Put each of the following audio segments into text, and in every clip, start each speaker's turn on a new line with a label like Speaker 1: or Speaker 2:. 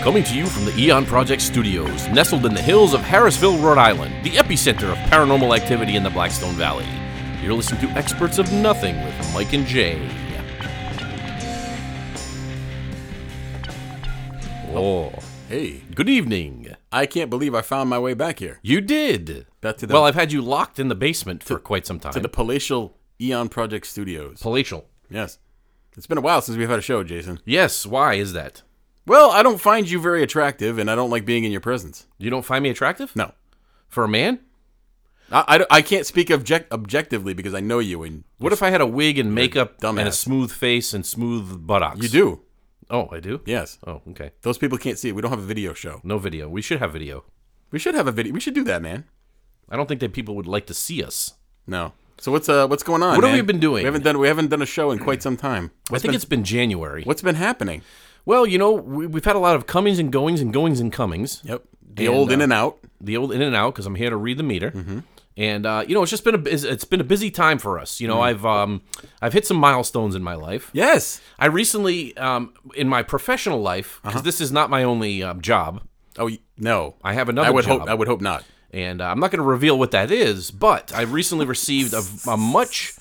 Speaker 1: Coming to you from the Eon Project Studios, nestled in the hills of Harrisville, Rhode Island, the epicenter of paranormal activity in the Blackstone Valley. You're listening to Experts of Nothing with Mike and Jay. Oh,
Speaker 2: Hey,
Speaker 1: good evening.
Speaker 2: I can't believe I found my way back here.
Speaker 1: You did.
Speaker 2: Back to the
Speaker 1: Well, I've had you locked in the basement for quite some time.
Speaker 2: to the palatial Eon Project Studios.
Speaker 1: palatial.
Speaker 2: yes. It's been a while since we've had a show, Jason.
Speaker 1: Yes, why is that?
Speaker 2: Well, I don't find you very attractive and I don't like being in your presence.
Speaker 1: You don't find me attractive?
Speaker 2: No.
Speaker 1: For a man?
Speaker 2: I, I, I can't speak object, objectively because I know you and
Speaker 1: What if I had a wig and makeup and a
Speaker 2: dumbass.
Speaker 1: smooth face and smooth buttocks?
Speaker 2: you do.
Speaker 1: Oh, I do?
Speaker 2: Yes.
Speaker 1: Oh, okay.
Speaker 2: Those people can't see it. We don't have a video show.
Speaker 1: No video. We should have video.
Speaker 2: We should have a video. We should do that, man.
Speaker 1: I don't think that people would like to see us.
Speaker 2: No. So what's uh what's going on?
Speaker 1: What have
Speaker 2: man?
Speaker 1: we been doing?
Speaker 2: We haven't done we haven't done a show in quite some time.
Speaker 1: I think it's been January.
Speaker 2: What's been happening?
Speaker 1: Well, you know, we, we've had a lot of comings and goings and goings and comings.
Speaker 2: Yep. The old
Speaker 1: uh,
Speaker 2: in and out.
Speaker 1: The old in and out because I'm here to read the meter.
Speaker 2: Mm-hmm.
Speaker 1: And uh, you know, it's just been a bus- it's been a busy time for us. You know,
Speaker 2: Mm-hmm.
Speaker 1: I've um, I've hit some milestones in my life.
Speaker 2: Yes.
Speaker 1: I recently, um, in my professional life,
Speaker 2: Uh-huh.
Speaker 1: because this is not my only um, job.
Speaker 2: Oh y- no.
Speaker 1: I have another
Speaker 2: I would
Speaker 1: job.
Speaker 2: hope I would hope not.
Speaker 1: and uh, I'm not going to reveal what that is. But I recently received a, a much,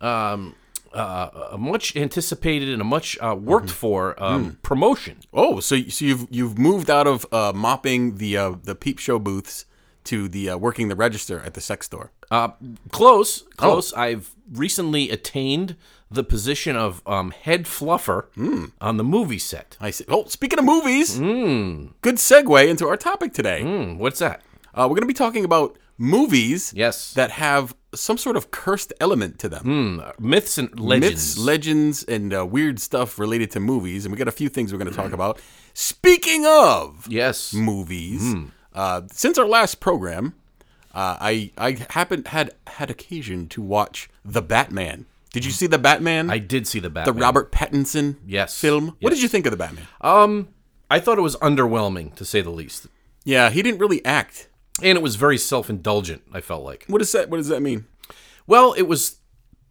Speaker 1: um, uh, a much anticipated and a much uh, worked for um, promotion.
Speaker 2: Oh, so so you've you've moved out of uh, mopping the uh, the peep show booths to the uh, working the register at the sex store.
Speaker 1: Uh, close, close. I've recently attained the position of um, head fluffer on the movie set.
Speaker 2: I see. Oh, speaking of movies, good segue into our topic today.
Speaker 1: Hmm, what's that?
Speaker 2: Uh, we're going to be talking about movies
Speaker 1: Yes,
Speaker 2: that have some sort of cursed element to them.
Speaker 1: myths and Hmm. legends.
Speaker 2: Myths, legends, and uh, weird stuff related to movies. And we got a few things we're going to
Speaker 1: Hmm.
Speaker 2: talk about. Speaking of
Speaker 1: yes,
Speaker 2: movies. Uh, since our last program, uh, I I happened had had occasion to watch The Batman. Did you see The Batman?
Speaker 1: I did see the
Speaker 2: the
Speaker 1: Batman.
Speaker 2: Robert Pattinson
Speaker 1: Yes,
Speaker 2: film. What
Speaker 1: yes.
Speaker 2: did you think of The Batman?
Speaker 1: Um, I thought it was underwhelming to say the least,
Speaker 2: yeah, he didn't really act.
Speaker 1: and it was very self-indulgent. I felt like.
Speaker 2: What is that? What does that mean?
Speaker 1: Well, it was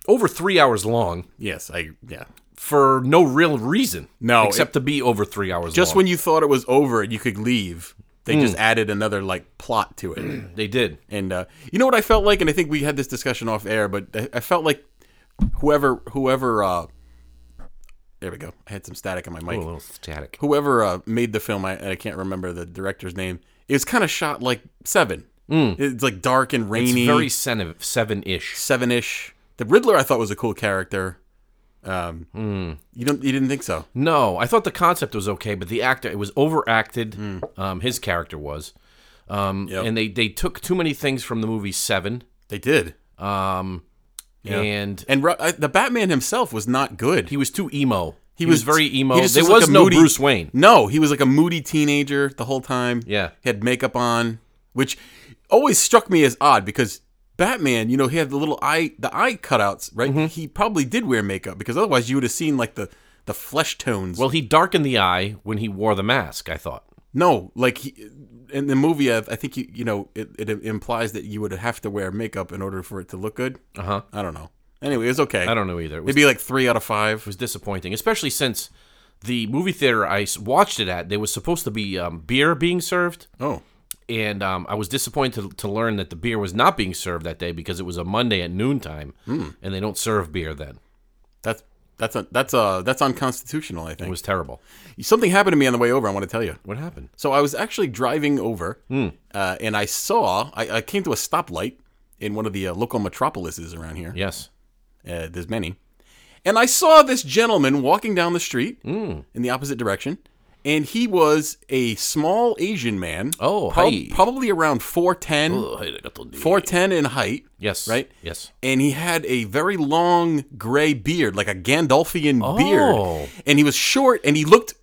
Speaker 1: over three hours long
Speaker 2: Yes, I yeah.
Speaker 1: for no real reason.
Speaker 2: No,
Speaker 1: except to be over three hours.
Speaker 2: Just
Speaker 1: long.
Speaker 2: when you thought it was over and you could leave, they just added another like plot to it.
Speaker 1: they did.
Speaker 2: And uh, you know what I felt like, and I think we had this discussion off air, but I, I felt like whoever whoever uh, there we go. I had some static on my mic.
Speaker 1: A little static.
Speaker 2: Whoever uh, made the film, I, I can't remember the director's name. It was kind of shot like Seven. It's like dark and rainy,
Speaker 1: Hmm. Very seven ish.
Speaker 2: Seven-ish. The Riddler I thought was a cool character. Um,
Speaker 1: Hmm.
Speaker 2: You don't you didn't think so?
Speaker 1: No, I thought the concept was okay, but the actor it was overacted. Um, his character was, um,
Speaker 2: Hmm. Yep.
Speaker 1: and they they took too many things from the movie Seven.
Speaker 2: They did.
Speaker 1: Um, and
Speaker 2: And Ru- I, the Batman himself was not good.
Speaker 1: he was too emo. He,
Speaker 2: was-
Speaker 1: very emo.
Speaker 2: he just
Speaker 1: There
Speaker 2: looked like
Speaker 1: was
Speaker 2: a
Speaker 1: no
Speaker 2: moody-
Speaker 1: Bruce Wayne.
Speaker 2: No, he was like a moody teenager the whole time.
Speaker 1: Yeah.
Speaker 2: He had makeup on, which always struck me as odd because Batman, you know, he had the little eye, the eye cutouts, right?
Speaker 1: Mm-hmm.
Speaker 2: He probably did wear makeup because otherwise you would have seen like the the flesh tones.
Speaker 1: Well, he darkened the eye when he wore the mask. I thought.
Speaker 2: no, like he, in the movie, I, I think you you know it, it implies that you would have to wear makeup in order for it to look good.
Speaker 1: Uh huh.
Speaker 2: I don't know. Anyway, it was okay.
Speaker 1: I don't know either. It was
Speaker 2: Maybe like three out of five.
Speaker 1: was disappointing, especially since the movie theater I s- watched it at, there was supposed to be um, beer being served,
Speaker 2: Oh,
Speaker 1: and um, I was disappointed to, to learn that the beer was not being served that day because it was a Monday at noontime,
Speaker 2: Hmm.
Speaker 1: and they don't serve beer then.
Speaker 2: that's that's a, that's uh that's unconstitutional. I
Speaker 1: It
Speaker 2: think
Speaker 1: was terrible.
Speaker 2: something happened to me on the way over. I want to tell you.
Speaker 1: What happened?
Speaker 2: So I was actually driving over,
Speaker 1: Hmm.
Speaker 2: uh, and I saw I, I came to a stoplight in one of the uh, local metropolises around here.
Speaker 1: Yes.
Speaker 2: Uh, there's many, and I saw this gentleman walking down the street in the opposite direction, and he was a small Asian man.
Speaker 1: Oh, hi.
Speaker 2: probably around 4'10", 4'10 in height,
Speaker 1: Yes.
Speaker 2: Right?
Speaker 1: Yes.
Speaker 2: and he had a very long gray beard, like a Gandalfian
Speaker 1: Oh.
Speaker 2: beard, and he was short, and he looked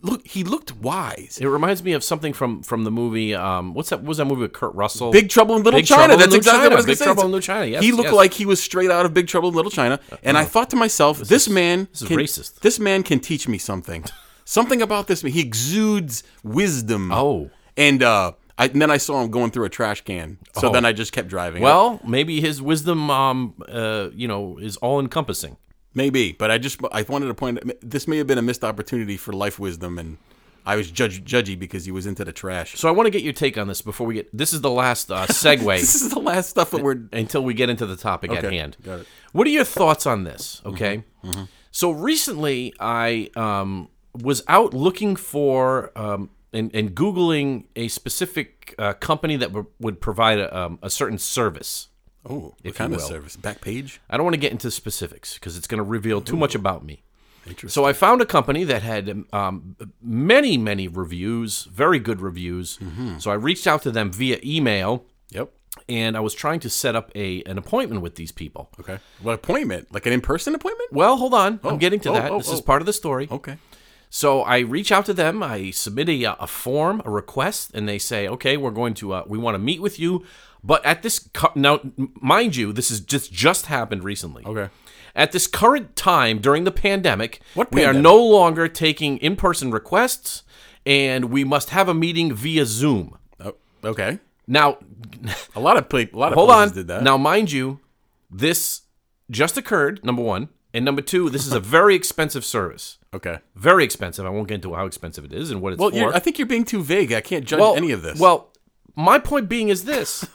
Speaker 2: look he looked wise.
Speaker 1: It reminds me of something from from the movie. Um, what's that? What was that movie with Kurt Russell?
Speaker 2: Big Trouble in Little
Speaker 1: Big
Speaker 2: China.
Speaker 1: Trouble in
Speaker 2: That's
Speaker 1: Little
Speaker 2: exactly
Speaker 1: China.
Speaker 2: what I was going
Speaker 1: Big
Speaker 2: to say.
Speaker 1: Trouble in Little China. Yes,
Speaker 2: he looked
Speaker 1: yes. Uh,
Speaker 2: like he was straight out of Big Trouble in Little China, and I thought to myself, this, man
Speaker 1: is
Speaker 2: can,
Speaker 1: racist.
Speaker 2: This man can teach me something. something about this man. He exudes wisdom.
Speaker 1: Oh.
Speaker 2: and uh, I, and then I saw him going through a trash can. So then I just kept driving.
Speaker 1: Oh. Well, maybe his wisdom, um, uh, you know, is all encompassing.
Speaker 2: maybe, but I just I wanted to point. This may have been a missed opportunity for life wisdom, and I was judge judgy because he was into the trash.
Speaker 1: So I want to get your take on this before we get. This is the last uh, segue
Speaker 2: This is the last stuff that we're
Speaker 1: until we get into the topic at
Speaker 2: Okay,
Speaker 1: hand.
Speaker 2: got it. Mm-hmm,
Speaker 1: What are your thoughts on this? Okay. So recently, I um, was out looking for um, and, and Googling a specific uh, company that w- would provide a, um, a certain service.
Speaker 2: oh what kind of
Speaker 1: will.
Speaker 2: service back page.
Speaker 1: I don't want to get into specifics because it's going to reveal too much about me.
Speaker 2: Interesting.
Speaker 1: So I found a company that had um, many, many reviews, very good reviews.
Speaker 2: Mm-hmm.
Speaker 1: So I reached out to them via email,
Speaker 2: Yep.
Speaker 1: and I was trying to set up a an appointment with these people.
Speaker 2: Okay. What appointment? Like an in person appointment?
Speaker 1: Well, hold on, I'm getting to
Speaker 2: oh,
Speaker 1: that.
Speaker 2: oh,
Speaker 1: this is
Speaker 2: oh.
Speaker 1: part of the story.
Speaker 2: Okay.
Speaker 1: So I reach out to them. I submit a, uh, a form, a request, and they say, "Okay, we're going to uh, we want to meet with you." But at this cu- now, m- mind you, this is just just happened recently.
Speaker 2: Okay.
Speaker 1: At this current time during the pandemic,
Speaker 2: What
Speaker 1: we are
Speaker 2: pandemic?
Speaker 1: no longer taking in-person requests, and we must have a meeting via Zoom.
Speaker 2: Oh, okay.
Speaker 1: Now,
Speaker 2: A lot of pla- a lot of
Speaker 1: hold
Speaker 2: places
Speaker 1: on.
Speaker 2: Oh, did that.
Speaker 1: Now, mind you, this just occurred. Number one, and number two, this is a very expensive service.
Speaker 2: okay.
Speaker 1: Very expensive. I won't get into how expensive it is and what it's
Speaker 2: Well,
Speaker 1: for.
Speaker 2: you're, I think you're being too vague. I can't judge any of this.
Speaker 1: Well, my point being is this: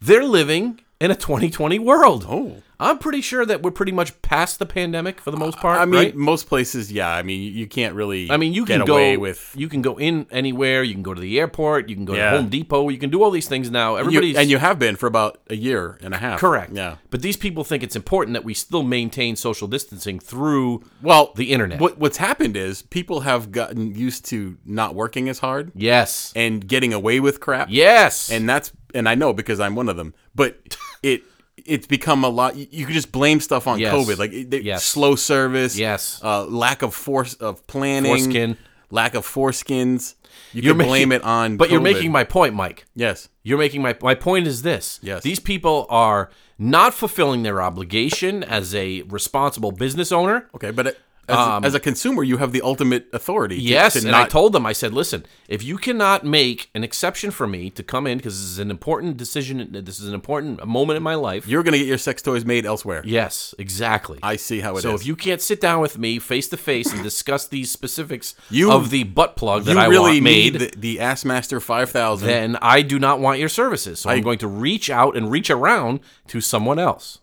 Speaker 1: they're living in a 2020 world.
Speaker 2: Oh.
Speaker 1: I'm pretty sure that we're pretty much past the pandemic for the most part.
Speaker 2: I mean,
Speaker 1: right?
Speaker 2: most places, yeah. I mean, you- you can't really.
Speaker 1: I mean, you
Speaker 2: get
Speaker 1: can
Speaker 2: away
Speaker 1: go
Speaker 2: with.
Speaker 1: you can go in anywhere. You can go to the airport. You can go
Speaker 2: Yeah.
Speaker 1: to Home Depot. You can do all these things now.
Speaker 2: You,
Speaker 1: Everybody's
Speaker 2: and you have been for about a year and a half.
Speaker 1: correct.
Speaker 2: Yeah.
Speaker 1: But these people think it's important that we still maintain social distancing through
Speaker 2: Well,
Speaker 1: the internet.
Speaker 2: what what's happened is people have gotten used to not working as hard
Speaker 1: Yes.
Speaker 2: and getting away with crap.
Speaker 1: yes.
Speaker 2: and that's and I know because I'm one of them. But it it's become a lot. You, you can just blame stuff on
Speaker 1: Yes.
Speaker 2: COVID, like it, they-
Speaker 1: Yes.
Speaker 2: slow service,
Speaker 1: Yes.
Speaker 2: uh, lack of force of planning,
Speaker 1: Foreskin.
Speaker 2: lack of foreskins. You
Speaker 1: You're
Speaker 2: can
Speaker 1: making-
Speaker 2: blame it on.
Speaker 1: but you're
Speaker 2: COVID.
Speaker 1: making my point, Mike.
Speaker 2: yes.
Speaker 1: You're making my my point is this.
Speaker 2: Yes.
Speaker 1: These people are not fulfilling their obligation as a responsible business owner.
Speaker 2: Okay, but it- as, as a consumer, you have the ultimate authority. to-
Speaker 1: Um, Yes,
Speaker 2: to
Speaker 1: and I
Speaker 2: not-
Speaker 1: told them I said, "Listen, if you cannot make an exception for me to come in because this is an important decision, this is an important moment in my life."
Speaker 2: you're going to get your sex toys made elsewhere.
Speaker 1: yes, exactly.
Speaker 2: I see how it is.
Speaker 1: so if you can't sit down with me face to face and discuss these specifics
Speaker 2: You-
Speaker 1: of the butt plug that
Speaker 2: you
Speaker 1: I
Speaker 2: really
Speaker 1: want made,
Speaker 2: need the, the Ass Master Five Thousand.
Speaker 1: then I do not want your services. So I, am going to reach out and reach around to someone else.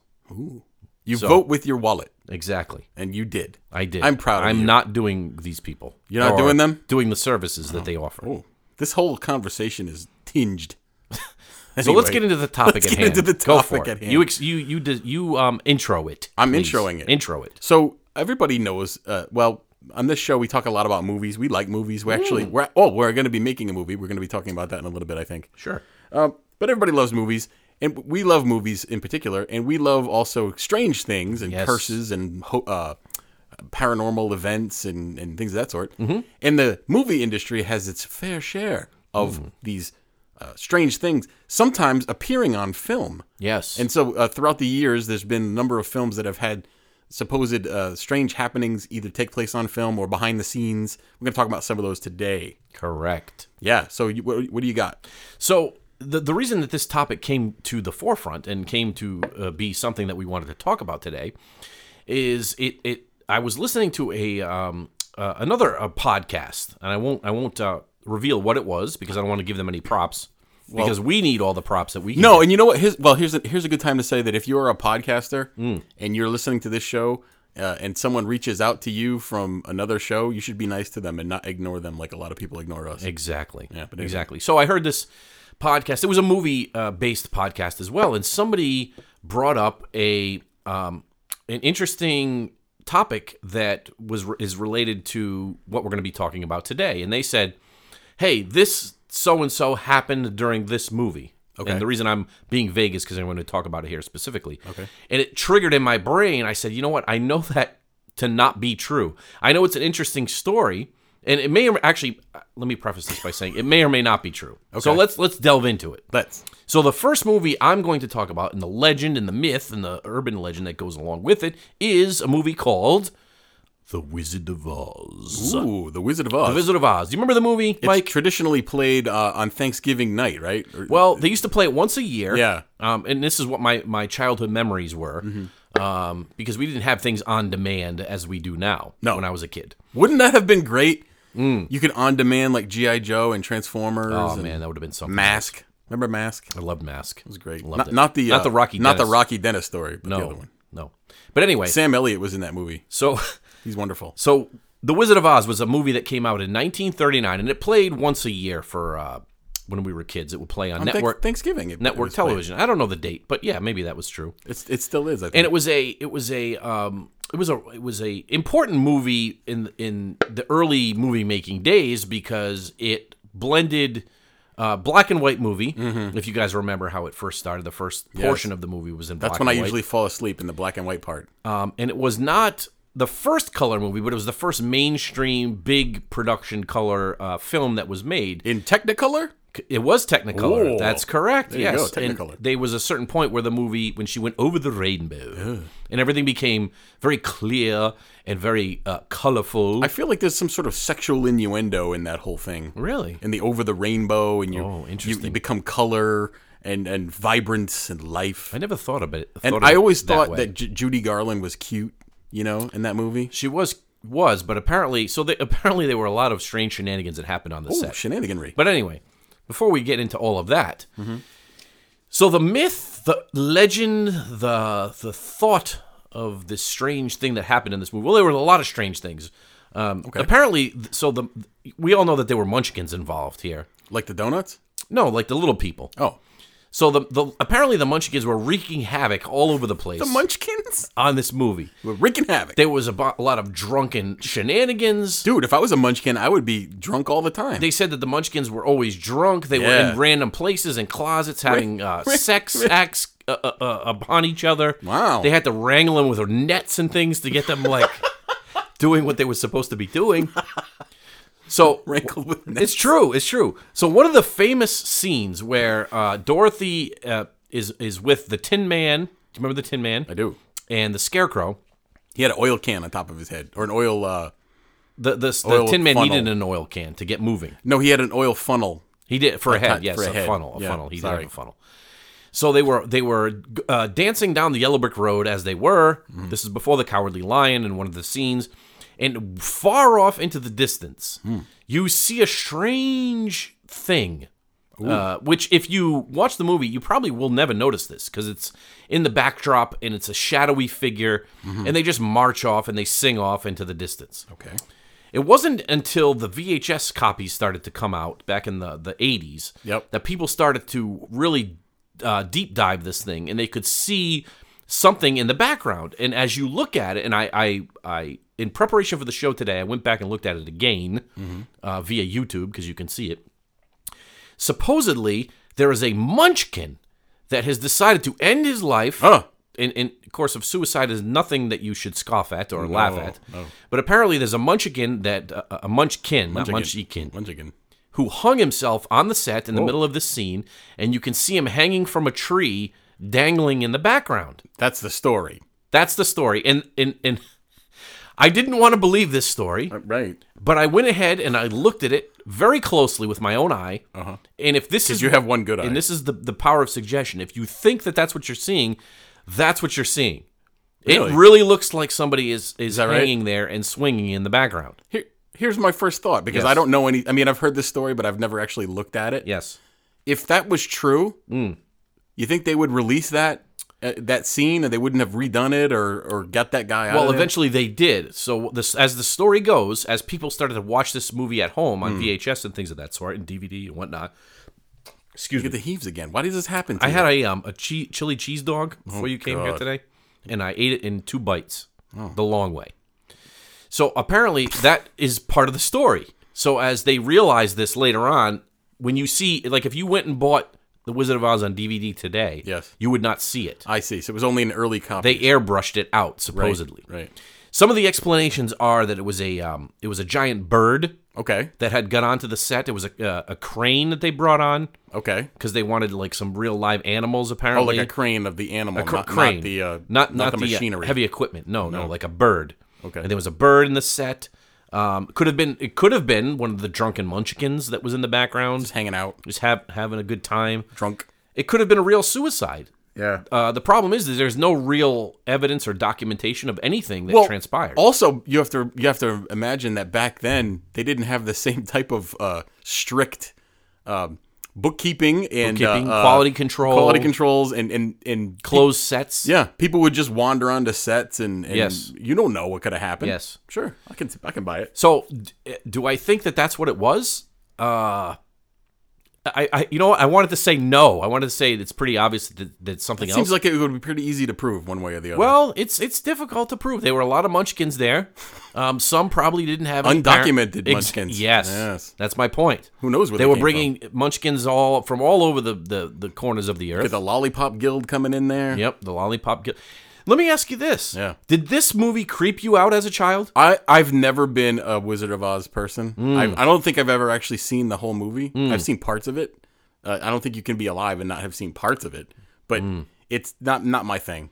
Speaker 2: You vote with your wallet,
Speaker 1: Exactly.
Speaker 2: and you did.
Speaker 1: I did.
Speaker 2: I'm proud of
Speaker 1: I'm
Speaker 2: you.
Speaker 1: not doing these people.
Speaker 2: You're not
Speaker 1: Or
Speaker 2: doing them? Oh.
Speaker 1: Doing the services that they offer.
Speaker 2: This whole conversation is tinged.
Speaker 1: so let's get into the topic
Speaker 2: let's
Speaker 1: at
Speaker 2: get
Speaker 1: hand.
Speaker 2: into the
Speaker 1: Go for
Speaker 2: topic
Speaker 1: it.
Speaker 2: at hand.
Speaker 1: You ex- you you dis- you um intro it.
Speaker 2: I'm
Speaker 1: please.
Speaker 2: introing it.
Speaker 1: Intro it.
Speaker 2: So everybody knows. Uh, well, on this show, we talk a lot about movies. We like movies. We
Speaker 1: Mm.
Speaker 2: actually, we're oh, we're going to be making a movie. We're going to be talking about that in a little bit, I think.
Speaker 1: Sure.
Speaker 2: Um, but everybody loves movies, and we love movies in particular, and we love also strange things and
Speaker 1: Yes.
Speaker 2: curses and ho- uh, paranormal events and, and things of that sort.
Speaker 1: Mm-hmm.
Speaker 2: And the movie industry has its fair share of
Speaker 1: Mm.
Speaker 2: these uh, strange things, sometimes appearing on film.
Speaker 1: Yes.
Speaker 2: And so uh, throughout the years, there's been a number of films that have had supposed uh, strange happenings either take place on film or behind the scenes. We're going to talk about some of those today.
Speaker 1: Correct.
Speaker 2: Yeah. So you, what, what do you got?
Speaker 1: So the the reason that this topic came to the forefront and came to uh, be something that we wanted to talk about today is it it I was listening to a um uh, another uh podcast and I won't I won't uh, reveal what it was because I don't want to give them any props because we need all the props that we can
Speaker 2: No, and you know what? Here's, well, here's a, here's a good time to say that if you are a podcaster
Speaker 1: Mm.
Speaker 2: and you're listening to this show uh, and someone reaches out to you from another show, you should be nice to them and not ignore them like a lot of people ignore us.
Speaker 1: Exactly. Yeah,
Speaker 2: but anyway.
Speaker 1: exactly. So I heard this podcast. It was a movie uh, based podcast as well, and somebody brought up a um, an interesting topic that was is related to what we're going to be talking about today. And they said, "Hey, this so and so happened during this movie." Okay. And the reason I'm being vague is because I want to talk about it here specifically. Okay. And it triggered in my brain. I said, you know what? I know that to not be true. I know it's an interesting story, and it may or actually uh, let me preface this by saying it may or may not be true. So let's let's delve into it.
Speaker 2: Let's.
Speaker 1: So the first movie I'm going to talk about, and the legend and the myth and the urban legend that goes along with it, is a movie called The Wizard of Oz.
Speaker 2: Ooh, The Wizard of Oz.
Speaker 1: The Wizard of Oz. Do you remember the movie,
Speaker 2: it's
Speaker 1: Mike?
Speaker 2: traditionally played uh, on Thanksgiving night, right? Or-
Speaker 1: Well, they used to play it once a year.
Speaker 2: Yeah.
Speaker 1: Um, and this is what my, my childhood memories were
Speaker 2: Mm-hmm.
Speaker 1: um, because we didn't have things on demand as we do now
Speaker 2: No.
Speaker 1: when I was a kid.
Speaker 2: Wouldn't that have been great You could on demand like GI Joe and Transformers.
Speaker 1: Mm. Oh
Speaker 2: and
Speaker 1: man, that would have been something.
Speaker 2: Mask. Remember Mask? It
Speaker 1: I loved Mask. It
Speaker 2: was great.
Speaker 1: Loved
Speaker 2: Not,
Speaker 1: it.
Speaker 2: not the
Speaker 1: not
Speaker 2: uh,
Speaker 1: the Rocky
Speaker 2: not the
Speaker 1: Dennis.
Speaker 2: Rocky Dennis story, but
Speaker 1: No,
Speaker 2: the other one.
Speaker 1: no. But anyway,
Speaker 2: Sam Elliott was in that movie.
Speaker 1: so
Speaker 2: He's wonderful.
Speaker 1: So, The Wizard of Oz was a movie that came out in 1939, and it played once a year for uh, when we were kids. It would play on
Speaker 2: Thanks-
Speaker 1: network
Speaker 2: Thanksgiving. It, it
Speaker 1: network
Speaker 2: was played.
Speaker 1: television. I don't know the date, but yeah, maybe that was true.
Speaker 2: It's, it still is. I think.
Speaker 1: And it was a it was a um, it was a it was a important movie in in the early movie making days because it blended. Uh, black and white movie.
Speaker 2: Mm-hmm.
Speaker 1: If you guys remember how it first started, the first portion of the movie was in black
Speaker 2: That's
Speaker 1: and
Speaker 2: when I
Speaker 1: white.
Speaker 2: usually fall asleep in the black and white part.
Speaker 1: Um, and it was not the first color movie, but it was the first mainstream big production color uh, film that was made.
Speaker 2: In Technicolor?
Speaker 1: It was Technicolor.
Speaker 2: Ooh.
Speaker 1: That's correct.
Speaker 2: you
Speaker 1: yes,
Speaker 2: go,
Speaker 1: And
Speaker 2: Technicolor.
Speaker 1: there was a certain point where the movie, when she went over the rainbow, and everything became very clear and very uh, colorful.
Speaker 2: I feel like there's some sort of sexual innuendo in that whole thing.
Speaker 1: really?
Speaker 2: And the over the rainbow, and you,
Speaker 1: Oh,
Speaker 2: you, you
Speaker 1: interesting.
Speaker 2: become color and, and vibrance and life.
Speaker 1: I never thought of it.
Speaker 2: And
Speaker 1: thought of
Speaker 2: I
Speaker 1: it
Speaker 2: always thought
Speaker 1: way.
Speaker 2: that, J- Judy Garland was cute, you know, in that movie.
Speaker 1: she was was, but apparently, so they, apparently there were a lot of strange shenanigans that happened on the
Speaker 2: Oh,
Speaker 1: set.
Speaker 2: shenaniganry.
Speaker 1: But anyway, before we get into all of that, so the myth, the legend, the the thought of this strange thing that happened in this movie. Well, there were a lot of strange things. Um, Apparently, th- so the we all know that there were Munchkins involved here.
Speaker 2: like the donuts?
Speaker 1: No, like the little people.
Speaker 2: Oh.
Speaker 1: So the, the apparently the Munchkins were wreaking havoc all over the place
Speaker 2: The Munchkins?
Speaker 1: on this movie.
Speaker 2: With Rick and Havoc.
Speaker 1: There was a, bo- a lot of drunken shenanigans.
Speaker 2: Dude, if I was a Munchkin, I would be drunk all the time.
Speaker 1: they said that the Munchkins were always drunk. They were
Speaker 2: Yeah.
Speaker 1: in random places and closets having uh,
Speaker 2: right,
Speaker 1: sex acts uh, uh, uh, upon each other.
Speaker 2: Wow.
Speaker 1: They had to wrangle them with nets and things to get them like doing what they were supposed to be doing. So
Speaker 2: Wrinkled with net.
Speaker 1: it's true. It's true. So one of the famous scenes where uh, Dorothy uh, is is with the Tin Man. Do you remember the Tin Man?
Speaker 2: I do.
Speaker 1: And the Scarecrow.
Speaker 2: He had an oil can on top of his head, or an oil. Uh,
Speaker 1: The the, the
Speaker 2: Oil
Speaker 1: Tin Man
Speaker 2: funnel.
Speaker 1: needed an oil can to get moving.
Speaker 2: no, he had an oil funnel.
Speaker 1: He did for a head,
Speaker 2: cut,
Speaker 1: yes,
Speaker 2: for a
Speaker 1: a,
Speaker 2: head.
Speaker 1: funnel, a
Speaker 2: Yeah,
Speaker 1: funnel. He
Speaker 2: sorry.
Speaker 1: did have a funnel. So they were they were uh, dancing down the yellow brick road as they were.
Speaker 2: Mm-hmm.
Speaker 1: This is before the Cowardly Lion in one of the scenes, and far off into the distance,
Speaker 2: Hmm.
Speaker 1: you see a strange thing. Uh, which, if you watch the movie, you probably will never notice this because it's in the backdrop and it's a shadowy figure,
Speaker 2: Mm-hmm.
Speaker 1: and they just march off and they sing off into the distance.
Speaker 2: Okay.
Speaker 1: It wasn't until the VHS copies started to come out back in the, the 80s
Speaker 2: Yep.
Speaker 1: that people started to really uh, deep dive this thing and they could see something in the background. And as you look at it, and I, I, I in preparation for the show today, I went back and looked at it again
Speaker 2: Mm-hmm.
Speaker 1: uh, via YouTube because you can see it. Supposedly, there is a munchkin that has decided to end his life
Speaker 2: Oh,
Speaker 1: in, in course of suicide is nothing that you should scoff at or laugh at.
Speaker 2: no.
Speaker 1: But apparently, there's a munchkin that uh, a munchkin, not munchkin,
Speaker 2: Munchkin.
Speaker 1: who hung himself on the set
Speaker 2: Oh.
Speaker 1: in the middle of the scene, and you can see him hanging from a tree, dangling in the background.
Speaker 2: That's the story.
Speaker 1: That's the story, and and and I didn't want to believe this story,
Speaker 2: Right.
Speaker 1: but I went ahead and I looked at it very closely with my own eye.
Speaker 2: Uh-huh.
Speaker 1: And if this is
Speaker 2: You have one good eye.
Speaker 1: and this is the the power of suggestion. If you think that that's what you're seeing, that's what you're seeing.
Speaker 2: Really?
Speaker 1: It really looks like somebody is is
Speaker 2: right?
Speaker 1: hanging there and swinging in the background.
Speaker 2: Here, here's my first thought because
Speaker 1: Yes.
Speaker 2: I don't know any. I mean, I've heard this story, but I've never actually looked at it.
Speaker 1: Yes,
Speaker 2: If that was true,
Speaker 1: Mm.
Speaker 2: you think they would release that uh, that scene, and they wouldn't have redone it or or got that guy out?
Speaker 1: Well,
Speaker 2: of there?
Speaker 1: eventually they did. So this, as the story goes, as people started to watch this movie at home on VHS and things of that sort, and DVD and whatnot. Excuse
Speaker 2: You
Speaker 1: me.
Speaker 2: get the heaves again. Why does this happen? To
Speaker 1: I
Speaker 2: you?
Speaker 1: had a um a che- chili cheese dog before you came here
Speaker 2: Oh, God. Oh.
Speaker 1: today, and I ate it in two bites, the long way. So apparently that is part of the story. So as they realize this later on, when you see like if you went and bought The Wizard of Oz on DVD today,
Speaker 2: Yes.
Speaker 1: you would not see it.
Speaker 2: I see. So it was only an early copy.
Speaker 1: They airbrushed it out supposedly.
Speaker 2: right.
Speaker 1: Some of the explanations are that it was a um, it was a giant bird
Speaker 2: Okay.
Speaker 1: that had got onto the set. It was a, uh, a crane that they brought on
Speaker 2: Okay.
Speaker 1: because they wanted like some real live animals
Speaker 2: Oh,
Speaker 1: apparently.
Speaker 2: like a crane of the animal,
Speaker 1: cr-
Speaker 2: not,
Speaker 1: crane,
Speaker 2: not the uh,
Speaker 1: not,
Speaker 2: the
Speaker 1: uh,
Speaker 2: machinery.
Speaker 1: heavy equipment. No, no, like a bird.
Speaker 2: Okay.
Speaker 1: and there was a bird in the set. Um, could have been it could have been one of the drunken munchkins that was in the background,
Speaker 2: hanging out,
Speaker 1: just have, having a good time.
Speaker 2: drunk.
Speaker 1: It could have been a real suicide.
Speaker 2: Yeah.
Speaker 1: Uh, the problem is, is there's no real evidence or documentation of anything that transpired.
Speaker 2: Also, you have to you have to imagine that back then they didn't have the same type of uh, strict um, bookkeeping and uh,
Speaker 1: Bookkeeping,
Speaker 2: uh,
Speaker 1: quality control.
Speaker 2: quality controls, and and and
Speaker 1: Closed sets.
Speaker 2: yeah, people would just wander onto sets, and, and
Speaker 1: Yes.
Speaker 2: you don't know what could have happened.
Speaker 1: Yes.
Speaker 2: sure, I can I can buy it.
Speaker 1: So, d- do I think that that's what it was? Uh, I, I, you know, what? I wanted to say no. I wanted to say it's pretty obvious that, that something else.
Speaker 2: Seems like it would be pretty easy to prove one way or the other.
Speaker 1: well, it's it's difficult to prove. There were a lot of Munchkins there. Um, some probably didn't have any parent-
Speaker 2: Undocumented Munchkins.
Speaker 1: Yes,
Speaker 2: Yes.
Speaker 1: that's my point.
Speaker 2: who knows where
Speaker 1: they
Speaker 2: they
Speaker 1: were
Speaker 2: came
Speaker 1: bringing Munchkins all from all over the the, the corners of the earth.
Speaker 2: from. the Lollipop Guild coming in there.
Speaker 1: Yep, the lollipop. Gil- Let me ask you this:
Speaker 2: Yeah.
Speaker 1: Did this movie creep you out as a child?
Speaker 2: I, I've never been a Wizard of Oz person.
Speaker 1: Mm.
Speaker 2: I, I don't think I've ever actually seen the whole movie. I've seen parts of it. Uh, I don't think you can be alive and not have seen parts of it. But
Speaker 1: Mm.
Speaker 2: it's not not my thing.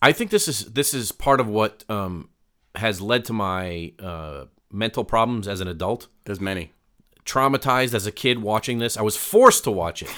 Speaker 1: I think this is this is part of what um, has led to my uh, mental problems as an adult.
Speaker 2: There's many.
Speaker 1: Traumatized as a kid watching this, I was forced to watch it.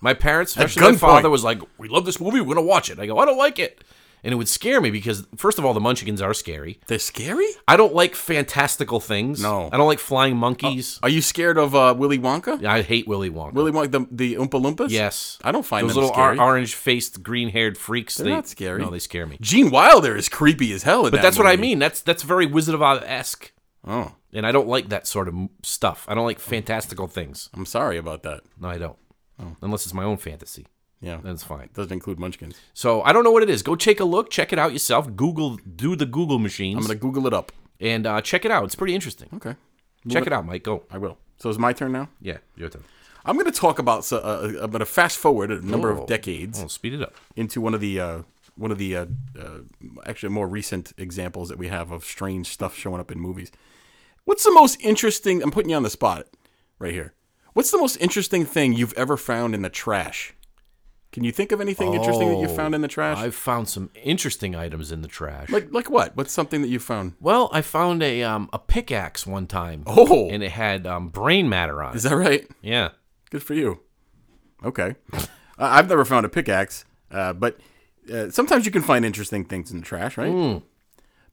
Speaker 1: My parents, especially my
Speaker 2: gunpoint.
Speaker 1: father, was like, "We love this movie. We're gonna watch it." I go, "I don't like it," and it would scare me because first of all, the Munchkins are scary.
Speaker 2: They're scary.
Speaker 1: I don't like fantastical things.
Speaker 2: No.
Speaker 1: I don't like flying monkeys.
Speaker 2: Are you scared of uh, Willy Wonka?
Speaker 1: I hate Willy Wonka.
Speaker 2: Willy Wonka, the, the Oompa Loompas.
Speaker 1: Yes.
Speaker 2: I don't find
Speaker 1: Those
Speaker 2: them
Speaker 1: little
Speaker 2: scary.
Speaker 1: orange faced, green haired freaks. They're
Speaker 2: not scary.
Speaker 1: No, they scare me.
Speaker 2: Gene Wilder is creepy as hell. In
Speaker 1: But that's what I mean. That's that's very Wizard of Oz esque.
Speaker 2: Oh,
Speaker 1: And I don't like that sort of m- stuff. I don't like fantastical things.
Speaker 2: I'm sorry about that.
Speaker 1: No, I don't.
Speaker 2: Oh.
Speaker 1: Unless it's my own fantasy.
Speaker 2: Yeah,
Speaker 1: Then it's fine.
Speaker 2: doesn't include Munchkins.
Speaker 1: So I don't know what it is. Go take a look. Check it out yourself. Google, do the Google machines.
Speaker 2: I'm gonna Google it up.
Speaker 1: and uh, check it out. It's pretty interesting.
Speaker 2: Okay,
Speaker 1: Check it out, Mike. Go.
Speaker 2: I will. So it's my turn now.
Speaker 1: Yeah, your turn.
Speaker 2: I'm going to talk about. so- Uh, I'm going to fast forward a number
Speaker 1: Oh.
Speaker 2: of decades
Speaker 1: Oh, speed it up.
Speaker 2: into one of the uh, one of the uh, uh, actually more recent examples that we have of strange stuff showing up in movies. What's the most interesting? I'm putting you on the spot right here. What's the most interesting thing you've ever found in the trash? Can you think of anything interesting that you
Speaker 1: Oh,
Speaker 2: found in the trash?
Speaker 1: I've found some interesting items in the trash.
Speaker 2: Like like what? What's something that you found?
Speaker 1: Well, I found a um, a pickaxe one time.
Speaker 2: Oh.
Speaker 1: and it had um, brain matter on it.
Speaker 2: Is that right?
Speaker 1: Yeah,
Speaker 2: Good for you. Okay. uh, I've never found a pickaxe, uh, but uh, sometimes you can find interesting things in the trash, right?
Speaker 1: Hmm.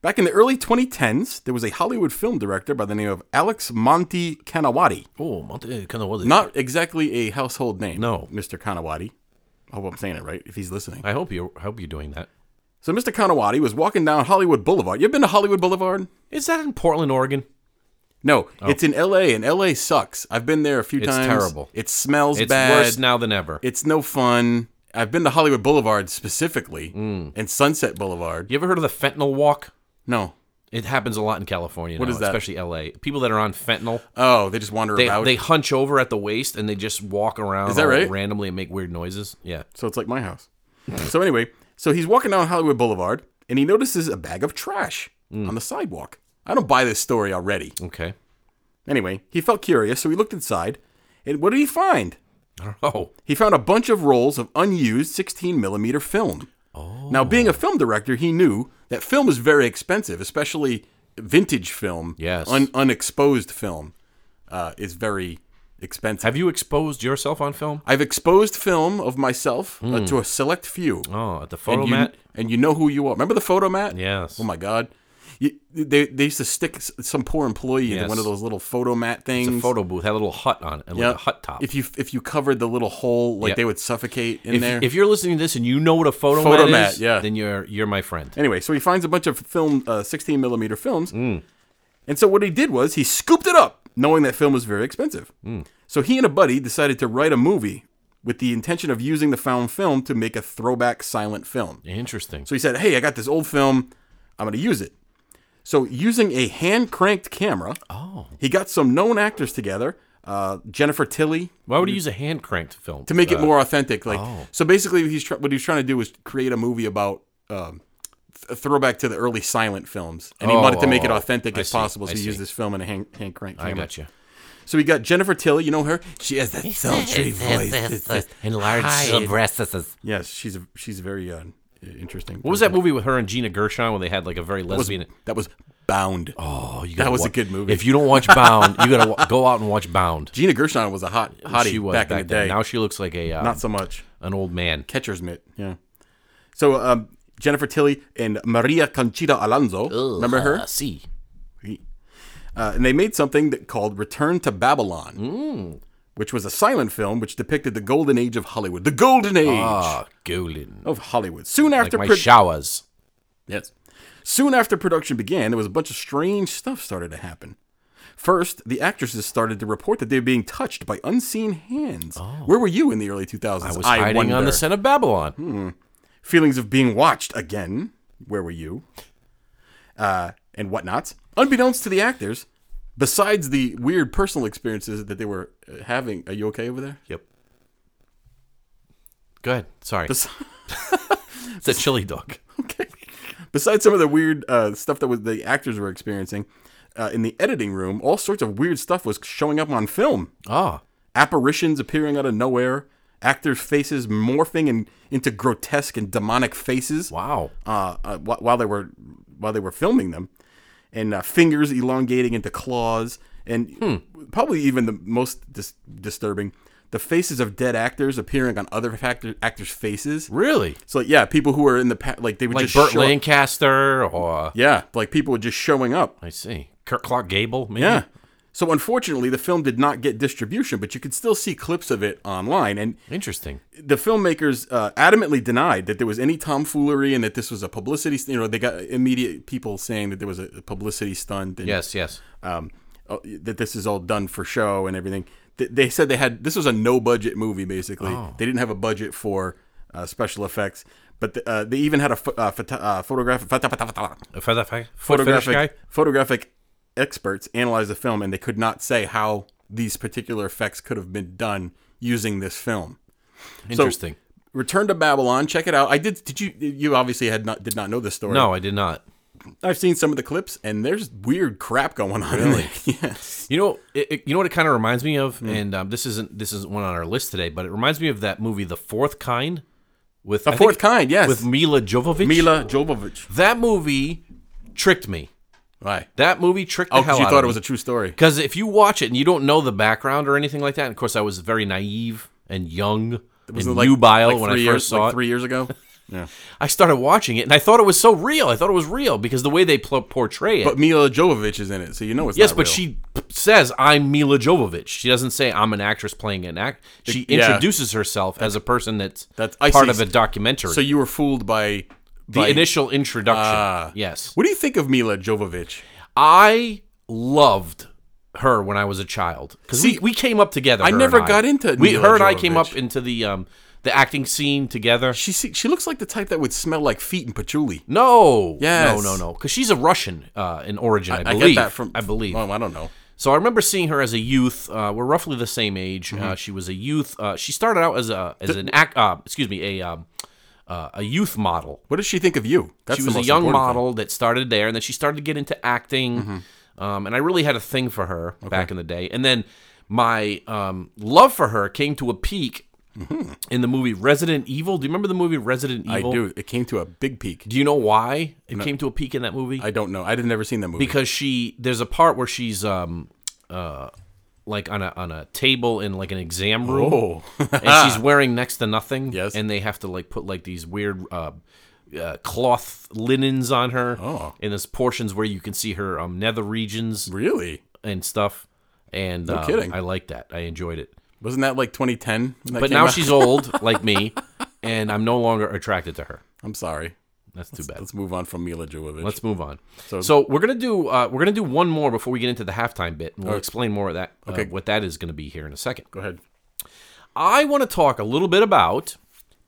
Speaker 2: Back in the early 2010s, there was a Hollywood film director by the name of Alex Monty Kanawati.
Speaker 1: oh, kind of was it?
Speaker 2: Not exactly a household name.
Speaker 1: No.
Speaker 2: Mr. Kanawati. I hope I'm saying it right if he's listening.
Speaker 1: I hope you I hope you're doing that.
Speaker 2: So, Mr. Kanawati was walking down Hollywood Boulevard. You've been to Hollywood Boulevard?
Speaker 1: Is that in Portland, Oregon?
Speaker 2: No, it's in LA, and LA sucks. I've been there a few times.
Speaker 1: Oh. terrible.
Speaker 2: It smells
Speaker 1: It's
Speaker 2: bad.
Speaker 1: worse now than ever.
Speaker 2: It's no fun. I've been to Hollywood Boulevard specifically
Speaker 1: Mm.
Speaker 2: and Sunset Boulevard.
Speaker 1: you ever heard of the fentanyl walk?
Speaker 2: No.
Speaker 1: It happens a lot in California. What
Speaker 2: is that?
Speaker 1: Especially L.A. People that are on fentanyl,
Speaker 2: Oh, they just wander
Speaker 1: they,
Speaker 2: about.
Speaker 1: they hunch over at the waist and they just walk around
Speaker 2: Is that
Speaker 1: all
Speaker 2: right?
Speaker 1: randomly and make weird noises. Yeah.
Speaker 2: so it's like my house. so anyway, so he's walking down Hollywood Boulevard and he notices a bag of trash
Speaker 1: Mm.
Speaker 2: on the sidewalk. I don't buy this story already.
Speaker 1: Okay.
Speaker 2: Anyway, he felt curious, so he looked inside. And what did he find?
Speaker 1: I don't know.
Speaker 2: He found a bunch of rolls of unused 16 millimeter film. Oh. Now, being a film director, he knew that film is very expensive, especially vintage film.
Speaker 1: Yes.
Speaker 2: Un- unexposed film uh, is very expensive.
Speaker 1: Have you exposed yourself on film?
Speaker 2: I've exposed film of myself uh,
Speaker 1: Hmm.
Speaker 2: to a select few.
Speaker 1: Oh, at the photo
Speaker 2: and, you,
Speaker 1: mat.
Speaker 2: and you know who you are. Remember the photo mat?
Speaker 1: Yes.
Speaker 2: Oh, my God. You, they, they used to stick s- some poor employee into
Speaker 1: Yes.
Speaker 2: one of those little photo mat things.
Speaker 1: The photo booth had a little hut on it, like
Speaker 2: Yeah.
Speaker 1: a hut top.
Speaker 2: If you if you covered the little hole, like
Speaker 1: Yeah.
Speaker 2: they would suffocate in
Speaker 1: if,
Speaker 2: there.
Speaker 1: if you're listening to this and you know what a photo,
Speaker 2: Photo
Speaker 1: mat
Speaker 2: mat,
Speaker 1: is,
Speaker 2: yeah.
Speaker 1: then you're you're my friend.
Speaker 2: Anyway, so he finds a bunch of film, uh, 16 millimeter films. And so what he did was he scooped it up, knowing that film was very expensive. So he and a buddy decided to write a movie with the intention of using the found film to make a throwback silent film.
Speaker 1: Interesting.
Speaker 2: So he said, Hey, I got this old film. I'm going to use it. So using a hand cranked camera,
Speaker 1: Oh,
Speaker 2: he got some known actors together uh, Jennifer Tilly,
Speaker 1: why would he use a hand cranked film
Speaker 2: to make it
Speaker 1: Uh,
Speaker 2: more authentic. Like
Speaker 1: oh.
Speaker 2: so, basically, he's tr- what he's trying to do is create a movie about um, th- a throwback to the early silent films, and he
Speaker 1: Oh,
Speaker 2: wanted to make it
Speaker 1: oh, oh.
Speaker 2: authentic
Speaker 1: I
Speaker 2: as
Speaker 1: see,
Speaker 2: possible. So
Speaker 1: I
Speaker 2: he used
Speaker 1: see.
Speaker 2: this film in a hand, hand crank
Speaker 1: I
Speaker 2: camera.
Speaker 1: gotcha.
Speaker 2: So we got Jennifer Tilly. You know her. She has that sultry voice. It's just-
Speaker 1: Enlarged breasts.
Speaker 2: yes, she's a, she's very uh, interesting.
Speaker 1: What was that movie with her and Gina Gershon when they had like a very lesbian?
Speaker 2: That was Bound.
Speaker 1: oh, you
Speaker 2: that
Speaker 1: gotta
Speaker 2: was a
Speaker 1: wa-
Speaker 2: good movie.
Speaker 1: If you don't watch Bound, you gotta wa- go out and watch Bound.
Speaker 2: Gina Gershon was a hot hottie
Speaker 1: she was
Speaker 2: back,
Speaker 1: back,
Speaker 2: in the
Speaker 1: then.
Speaker 2: day.
Speaker 1: Now she looks like a uh,
Speaker 2: Not so much.
Speaker 1: an old man.
Speaker 2: Catcher's mitt. Yeah. So um, Jennifer Tilly and Maria Conchita Alonso, remember her?
Speaker 1: Uh, see.
Speaker 2: Uh, and they made something that called Return to Babylon,
Speaker 1: Mm.
Speaker 2: which was a silent film which depicted the golden age of Hollywood. The golden age
Speaker 1: Ah, golden.
Speaker 2: of Hollywood. Soon after
Speaker 1: My
Speaker 2: pro-
Speaker 1: showers.
Speaker 2: Yes. Soon after production began, there was a bunch of strange stuff started to happen. First, the actresses started to report that they were being touched by unseen hands. Where were you in the early 2000s?
Speaker 1: Oh. I was hiding on the set of Babylon.
Speaker 2: Hmm. feelings of being watched again. Where were you? Uh, and whatnot. Unbeknownst to the actors, besides the weird personal experiences that they were uh, having, are you okay over there?
Speaker 1: Yep. Go ahead. Sorry.
Speaker 2: Bes-
Speaker 1: it's a chili dog.
Speaker 2: okay. Besides some of the weird uh, stuff that was the actors were experiencing uh, in the editing room, all sorts of weird stuff was showing up on film.
Speaker 1: Ah.
Speaker 2: apparitions appearing out of nowhere, actors' faces morphing in, into grotesque and demonic faces.
Speaker 1: Wow.
Speaker 2: Uh, uh, wh- while they were while they were filming them, and uh, fingers elongating into claws, and
Speaker 1: Hmm.
Speaker 2: probably even the most dis- disturbing, the faces of dead actors appearing on other actor- actors' faces.
Speaker 1: Really?
Speaker 2: So yeah, people who were in the pa- like they would
Speaker 1: Like
Speaker 2: just
Speaker 1: Burt
Speaker 2: show up-
Speaker 1: Lancaster or
Speaker 2: Yeah, like people were just showing up.
Speaker 1: I see. Kirk Clark Gable, maybe?
Speaker 2: Yeah. So unfortunately, the film did not get distribution, but you could still see clips of it online. And
Speaker 1: Interesting.
Speaker 2: the filmmakers uh, adamantly denied that there was any tomfoolery and that this was a publicity. St- you know, they got immediate people saying that there was a a publicity stunt and
Speaker 1: Yes, yes.
Speaker 2: um, uh, that this is all done for show and everything. Th- They said they had this was a no budget movie basically. They didn't have a budget for uh, special effects, but the, uh, they even had a pho- uh, photo- uh, photographic
Speaker 1: A feather fi- foot fetish guy?
Speaker 2: photographic photographic experts analyzed the film and they could not say how these particular effects could have been done using this film.
Speaker 1: Interesting.
Speaker 2: Return to Babylon. Check it out. I did. Did you? You obviously had not did not know this story.
Speaker 1: no, I did not.
Speaker 2: I've seen some of the clips, and there's weird crap going on. Really? In there. Yes.
Speaker 1: You know, it, it- you know what it kind of reminds me
Speaker 2: Hmm.
Speaker 1: of, and um, this isn't this isn't one on our list today, but it reminds me of that movie, The Fourth Kind, with
Speaker 2: The fourth kind. Yes.
Speaker 1: with Mila Jovovich.
Speaker 2: Mila Jovovich.
Speaker 1: that movie tricked me.
Speaker 2: Why?
Speaker 1: That movie tricked the
Speaker 2: Oh,
Speaker 1: hell
Speaker 2: because you
Speaker 1: out
Speaker 2: thought
Speaker 1: of me.
Speaker 2: it was a true story.
Speaker 1: Because if you watch it and you don't know the background or anything like that, and of course I was very naive and young
Speaker 2: Was
Speaker 1: and
Speaker 2: it like-
Speaker 1: nubile
Speaker 2: like
Speaker 1: when I
Speaker 2: three
Speaker 1: first
Speaker 2: years,
Speaker 1: saw
Speaker 2: like
Speaker 1: it.
Speaker 2: three years ago. yeah.
Speaker 1: I started watching it and I thought it was so real. I thought it was real because the way they pl- portray it.
Speaker 2: But Mila Jovovich is in it, so you know it's
Speaker 1: yes,
Speaker 2: not
Speaker 1: but
Speaker 2: real.
Speaker 1: she p- says I'm Mila Jovovich. She doesn't say I'm an actress playing an act. She
Speaker 2: Yeah.
Speaker 1: introduces herself as a person that's
Speaker 2: That's- I
Speaker 1: part
Speaker 2: see.
Speaker 1: of a documentary.
Speaker 2: So you were fooled by
Speaker 1: the
Speaker 2: by-
Speaker 1: initial introduction.
Speaker 2: Ah.
Speaker 1: yes,
Speaker 2: What do you think of Mila Jovovich?
Speaker 1: I loved her when I was a child because we, we came up together. her and
Speaker 2: never got into
Speaker 1: we.
Speaker 2: Mila
Speaker 1: her and I came
Speaker 2: Jovovich.
Speaker 1: up into the um the acting scene together.
Speaker 2: She se- she looks like the type that would smell like feet and patchouli.
Speaker 1: No,
Speaker 2: Yes.
Speaker 1: no, no, no, because she's a Russian uh, in origin. I, believe.
Speaker 2: get that from.
Speaker 1: I believe.
Speaker 2: Oh, I don't know.
Speaker 1: So I remember seeing her as a youth. Uh, we're roughly the same age.
Speaker 2: Mm-hmm.
Speaker 1: Uh, she was a youth. Uh, she started out as a as an act. Uh, excuse me, a um, uh, a youth model.
Speaker 2: What does she think of you? That's
Speaker 1: She
Speaker 2: the
Speaker 1: was a
Speaker 2: most
Speaker 1: young
Speaker 2: important thing.
Speaker 1: model that started there, and then she started to get into acting.
Speaker 2: Mm-hmm.
Speaker 1: Um, and I really had a thing for her back in the day. And then my um, love for her came to a peak in the movie Resident Evil. Do you remember the movie Resident
Speaker 2: Mm-hmm. I
Speaker 1: Evil?
Speaker 2: do. It came to a big peak.
Speaker 1: Do you know why it came to a peak in that movie?
Speaker 2: I don't know. I'd have never seen that movie.
Speaker 1: because she there's a part where she's um uh like on a on a table in like an exam room
Speaker 2: oh,
Speaker 1: and she's wearing next to nothing
Speaker 2: Yes.
Speaker 1: and they have to like put like these weird uh, uh cloth linens on her
Speaker 2: Oh.
Speaker 1: and there's portions where you can see her um nether regions
Speaker 2: really?
Speaker 1: and stuff and um,
Speaker 2: kidding.
Speaker 1: i like that i enjoyed it
Speaker 2: Wasn't that like 2010? when that
Speaker 1: but
Speaker 2: came
Speaker 1: now
Speaker 2: out?
Speaker 1: she's old like me and i'm no longer attracted to her
Speaker 2: I'm sorry.
Speaker 1: that's too bad
Speaker 2: Let's move on from Mila Jovovich.
Speaker 1: Let's move on. So, we're gonna do uh, we're gonna do one more before we get into the halftime bit, and we'll explain more of that. uh,
Speaker 2: Okay.
Speaker 1: what that is gonna be here in a second.
Speaker 2: Go ahead.
Speaker 1: I want to talk a little bit about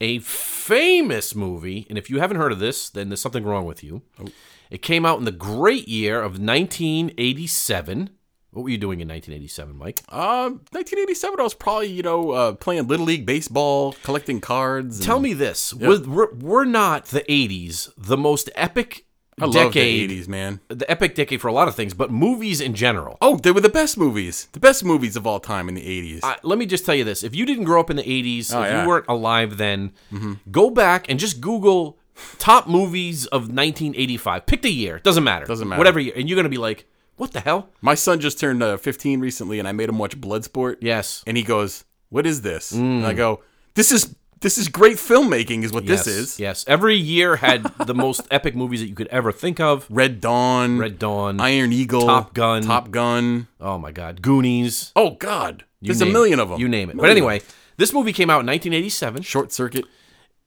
Speaker 1: a famous movie, and if you haven't heard of this, then there's something wrong with you.
Speaker 2: Oh.
Speaker 1: It came out in the great year of 1987. What were you doing in 1987, Mike?
Speaker 2: Um, 1987. I was probably you know uh, playing little league baseball, collecting cards. and-
Speaker 1: Tell me this: was, were, were not the 80s the most epic
Speaker 2: I love
Speaker 1: decade?
Speaker 2: the 80s, man.
Speaker 1: the epic decade for a lot of things, but movies in general.
Speaker 2: Oh, they were the best movies. The best movies of all time in the 80s.
Speaker 1: I, let me just tell you this: if you didn't grow up in the '80s, if
Speaker 2: Oh, yeah. Mm-hmm.
Speaker 1: you weren't alive then, go back and just Google top movies of 1985. Pick the year; it doesn't matter.
Speaker 2: Doesn't matter.
Speaker 1: Whatever year, and you're gonna be like, "What the hell?"
Speaker 2: My son just turned uh, 15 recently, and I made him watch Bloodsport.
Speaker 1: Yes.
Speaker 2: And he goes, "What is this?" And I go, "This is This is great filmmaking, is what
Speaker 1: Mm. Yes,
Speaker 2: this is.
Speaker 1: Yes. Every year had the most epic movies that you could ever think of.
Speaker 2: Red Dawn,
Speaker 1: Red Dawn.
Speaker 2: Iron Eagle,
Speaker 1: Top Gun.
Speaker 2: Top Gun.
Speaker 1: oh my God. Goonies.
Speaker 2: Oh God,
Speaker 1: You
Speaker 2: there's a
Speaker 1: name
Speaker 2: million
Speaker 1: it.
Speaker 2: of them.
Speaker 1: You name it. But
Speaker 2: Million.
Speaker 1: anyway, this movie came out in 1987.
Speaker 2: Short Circuit.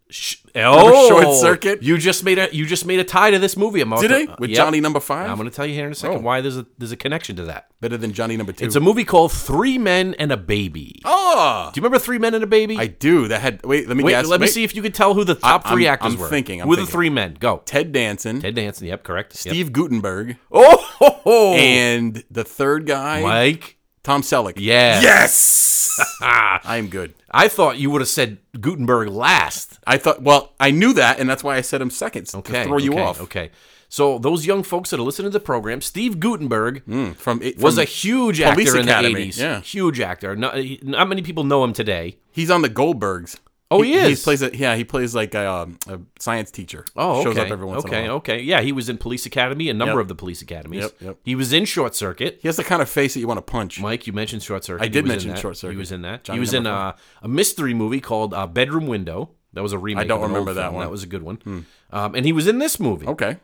Speaker 1: Sh- Oh,
Speaker 2: Short Circuit?
Speaker 1: You just made a you just made a tie to this movie. I'm about
Speaker 2: Did
Speaker 1: to-
Speaker 2: they
Speaker 1: uh,
Speaker 2: with
Speaker 1: yep.
Speaker 2: Johnny Number Five?
Speaker 1: I'm going to tell you here in a second
Speaker 2: Oh.
Speaker 1: why there's a there's a connection to that.
Speaker 2: Better than Johnny Number Two.
Speaker 1: It's a movie called Three Men and a Baby.
Speaker 2: oh,
Speaker 1: Do you remember Three Men and a Baby?
Speaker 2: I do. That had wait. Let me
Speaker 1: Wait,
Speaker 2: guess.
Speaker 1: let me
Speaker 2: Wait.
Speaker 1: see if you could tell who the top
Speaker 2: I-
Speaker 1: 3
Speaker 2: I'm-
Speaker 1: actors
Speaker 2: I'm
Speaker 1: were.
Speaker 2: thinking, I'm
Speaker 1: who are the
Speaker 2: thinking.
Speaker 1: three men? Go.
Speaker 2: Ted Danson,
Speaker 1: Ted Danson. Yep, correct. Yep.
Speaker 2: Steve Gutenberg,
Speaker 1: Oh, ho, ho.
Speaker 2: and the third guy,
Speaker 1: Mike.
Speaker 2: Tom Selleck.
Speaker 1: Yes.
Speaker 2: Yes.
Speaker 1: Ah,
Speaker 2: I'm good.
Speaker 1: I thought you would have said Gutenberg last.
Speaker 2: I thought. Well, I knew that, and that's why I said him second
Speaker 1: Okay.
Speaker 2: to throw you
Speaker 1: okay,
Speaker 2: off.
Speaker 1: Okay. So those young folks that are listening to the program, Steve Gutenberg
Speaker 2: Mm, from it
Speaker 1: was
Speaker 2: from-
Speaker 1: a huge
Speaker 2: Police
Speaker 1: actor in
Speaker 2: Academy,
Speaker 1: the 80s.
Speaker 2: yeah.
Speaker 1: Huge actor. Not, he- not many people know him today.
Speaker 2: He's on the Goldbergs.
Speaker 1: Oh, he
Speaker 2: He
Speaker 1: is?
Speaker 2: plays a, yeah. He plays like a, um, a science teacher.
Speaker 1: Oh, okay.
Speaker 2: shows up every once
Speaker 1: okay,
Speaker 2: in a while.
Speaker 1: okay. Yeah, he was in Police Academy, a number
Speaker 2: Yep.
Speaker 1: of the Police Academies.
Speaker 2: Yep, yep.
Speaker 1: He was in Short Circuit.
Speaker 2: He has the kind of face that you want to punch.
Speaker 1: Mike, you mentioned Short Circuit.
Speaker 2: I
Speaker 1: He
Speaker 2: did
Speaker 1: was in
Speaker 2: mention
Speaker 1: that.
Speaker 2: Short Circuit.
Speaker 1: He was in that.
Speaker 2: Johnny
Speaker 1: he was in
Speaker 2: number
Speaker 1: uh, a mystery movie called uh, Bedroom Window. That was a remake.
Speaker 2: don't
Speaker 1: of an old
Speaker 2: remember that
Speaker 1: film.
Speaker 2: one. Hmm. Oh.
Speaker 1: That was a good one. Um, and he was in this movie.
Speaker 2: Okay.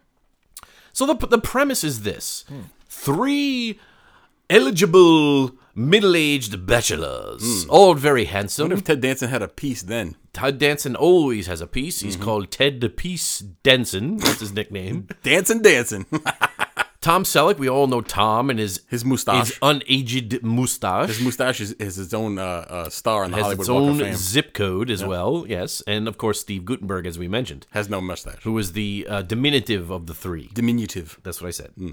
Speaker 1: So the the premise is this:
Speaker 2: Hmm.
Speaker 1: three eligible middle-aged
Speaker 2: Hmm.
Speaker 1: bachelors, all very handsome.
Speaker 2: If Ted Danson had a piece then.
Speaker 1: Ted Danson always has a piece. He's
Speaker 2: Mm-hmm.
Speaker 1: called Ted the Peace Danson. That's his nickname.
Speaker 2: Dancing, dancing.
Speaker 1: Tom Selleck, we all know Tom and his
Speaker 2: His
Speaker 1: his
Speaker 2: mustache.
Speaker 1: unaged mustache.
Speaker 2: His mustache is, is his own uh, uh, star on the
Speaker 1: has
Speaker 2: Hollywood
Speaker 1: its
Speaker 2: Walk
Speaker 1: own
Speaker 2: of Fame.
Speaker 1: zip code as well, yes, and of course Steve Gutenberg, as we mentioned,
Speaker 2: Has no mustache.
Speaker 1: who was the uh, diminutive of the three.
Speaker 2: Diminutive.
Speaker 1: That's what I said.
Speaker 2: Hmm.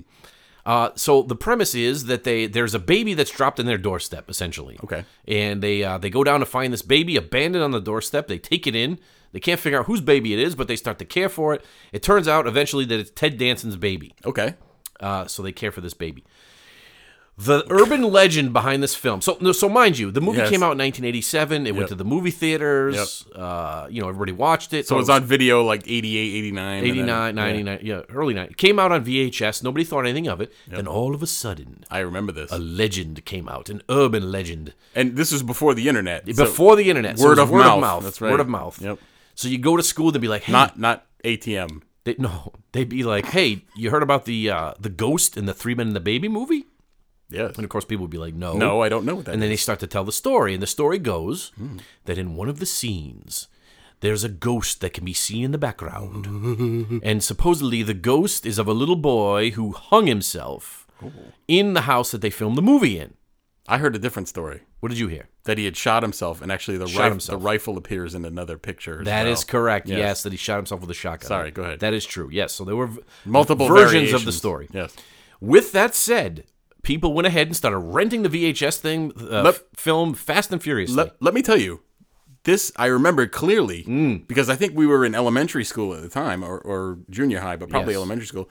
Speaker 1: Uh, so the premise is that they there's a baby that's dropped in their doorstep, essentially.
Speaker 2: Okay.
Speaker 1: And they uh, they go down to find this baby abandoned on the doorstep. They take it in. They can't figure out whose baby it is, but they start to care for it. It turns out eventually that it's Ted Danson's baby.
Speaker 2: Okay.
Speaker 1: Uh, so they care for this baby. The urban legend behind this film. So, no, so mind you, the movie
Speaker 2: Yes.
Speaker 1: came out in 1987. It went
Speaker 2: Yep.
Speaker 1: to the movie theaters. Uh, you know, everybody watched it. Oh,
Speaker 2: So it was on video like 88, 89. and then-
Speaker 1: 89, 99, yeah, early 90. It came out on VHS. Nobody thought anything of it. Then all of a sudden,
Speaker 2: I remember this.
Speaker 1: a legend came out, an urban legend.
Speaker 2: And this was before the internet. so
Speaker 1: Before the internet. so it was
Speaker 2: word of
Speaker 1: word
Speaker 2: mouth.
Speaker 1: of mouth.
Speaker 2: That's right.
Speaker 1: Word of mouth.
Speaker 2: Yep.
Speaker 1: So you go to school, they'd be like, hey,
Speaker 2: Not not ATM.
Speaker 1: They, no, they'd be like, hey, you heard about the uh, the ghost and the Three Men and the Baby movie?
Speaker 2: Yes.
Speaker 1: And of course, people would be like, no.
Speaker 2: No, I don't know what that
Speaker 1: And then they start to tell the story. And the story goes that in one of the scenes, there's a ghost that can be seen in the background. and supposedly, the ghost is of a little boy who hung himself in the house that they filmed the movie in.
Speaker 2: I heard a different story
Speaker 1: What did you hear?
Speaker 2: that he had shot himself, and actually the,
Speaker 1: Shot
Speaker 2: rif-
Speaker 1: himself.
Speaker 2: the rifle appears in another picture. as
Speaker 1: That is
Speaker 2: well.
Speaker 1: correct. Yes. that he shot himself with a shotgun.
Speaker 2: Sorry, go ahead.
Speaker 1: That is true. Yes. So there were v-
Speaker 2: multiple
Speaker 1: versions of the
Speaker 2: variations.
Speaker 1: story.
Speaker 2: Yes.
Speaker 1: With that said, people went ahead and started renting the VHS thing, uh,
Speaker 2: Let-
Speaker 1: f- film Fast and Furious.
Speaker 2: Let, let me tell you, this I remember clearly
Speaker 1: Mm.
Speaker 2: because I think we were in elementary school at the time, or, or junior high, but probably
Speaker 1: Yes.
Speaker 2: elementary school.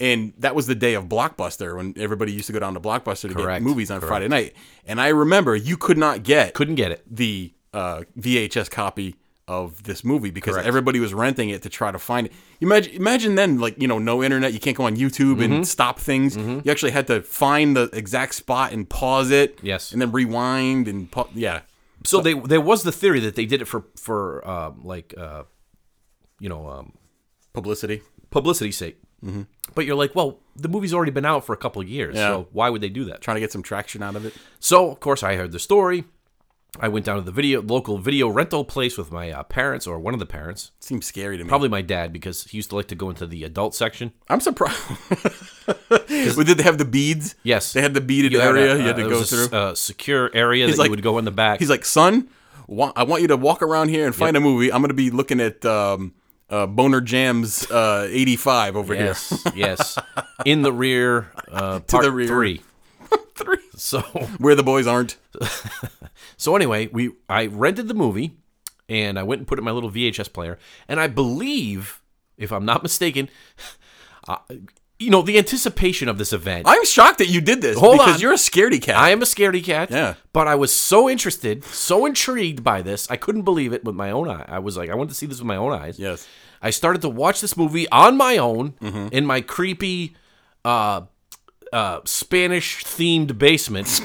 Speaker 2: And that was the day of Blockbuster when everybody used to go down to Blockbuster to
Speaker 1: Correct.
Speaker 2: get movies on Friday night. And I remember you could not get
Speaker 1: Couldn't get it.
Speaker 2: the uh, VHS copy of this movie because everybody was renting it to try to find it. Imagine, imagine then, like you know, no internet. You can't go on YouTube
Speaker 1: Mm-hmm.
Speaker 2: and stop things. You actually had to find the exact spot and pause it.
Speaker 1: Yes.
Speaker 2: and then rewind and pa- yeah.
Speaker 1: So they there was the theory that they did it for for um, like uh, you know um,
Speaker 2: Publicity.
Speaker 1: publicity sake. Mm-hmm. But you're like, well, the movie's already been out for a couple of years,
Speaker 2: Yeah.
Speaker 1: so why would they do that?
Speaker 2: Trying to get some traction out of it.
Speaker 1: So of course I heard the story. I went down to the video local video rental place with my uh, parents or one of the parents,
Speaker 2: Seems scary to me.
Speaker 1: probably my dad because he used to like to go into the adult section.
Speaker 2: I'm surprised. well, did they have the beads?
Speaker 1: Yes.
Speaker 2: They had the beaded
Speaker 1: had a-
Speaker 2: area you had
Speaker 1: uh,
Speaker 2: to
Speaker 1: it
Speaker 2: go
Speaker 1: was a
Speaker 2: through.
Speaker 1: s- uh, secure area that
Speaker 2: like-
Speaker 1: you would go in the back.
Speaker 2: He's like, son, wa- I want you to walk around here and find a movie. I'm going to be looking at um, uh, Boner Jam's uh, 85 over
Speaker 1: yes, yes, in the rear, uh, part
Speaker 2: the rear.
Speaker 1: three.
Speaker 2: here. Three.
Speaker 1: So
Speaker 2: Where the boys aren't.
Speaker 1: So anyway, we I rented the movie and I went and put it in my little VHS player and I believe if I'm not mistaken uh, you know the anticipation of this event. I,
Speaker 2: I'm shocked that you did this
Speaker 1: Hold
Speaker 2: because
Speaker 1: on.
Speaker 2: you're a scaredy cat.
Speaker 1: am a scaredy cat,
Speaker 2: Yeah.
Speaker 1: but I was so interested, so intrigued by this, I couldn't believe it with my own eye. I was like I wanted to see this with my own eyes.
Speaker 2: yes.
Speaker 1: I started to watch this movie on my own in my creepy uh uh, Spanish themed basement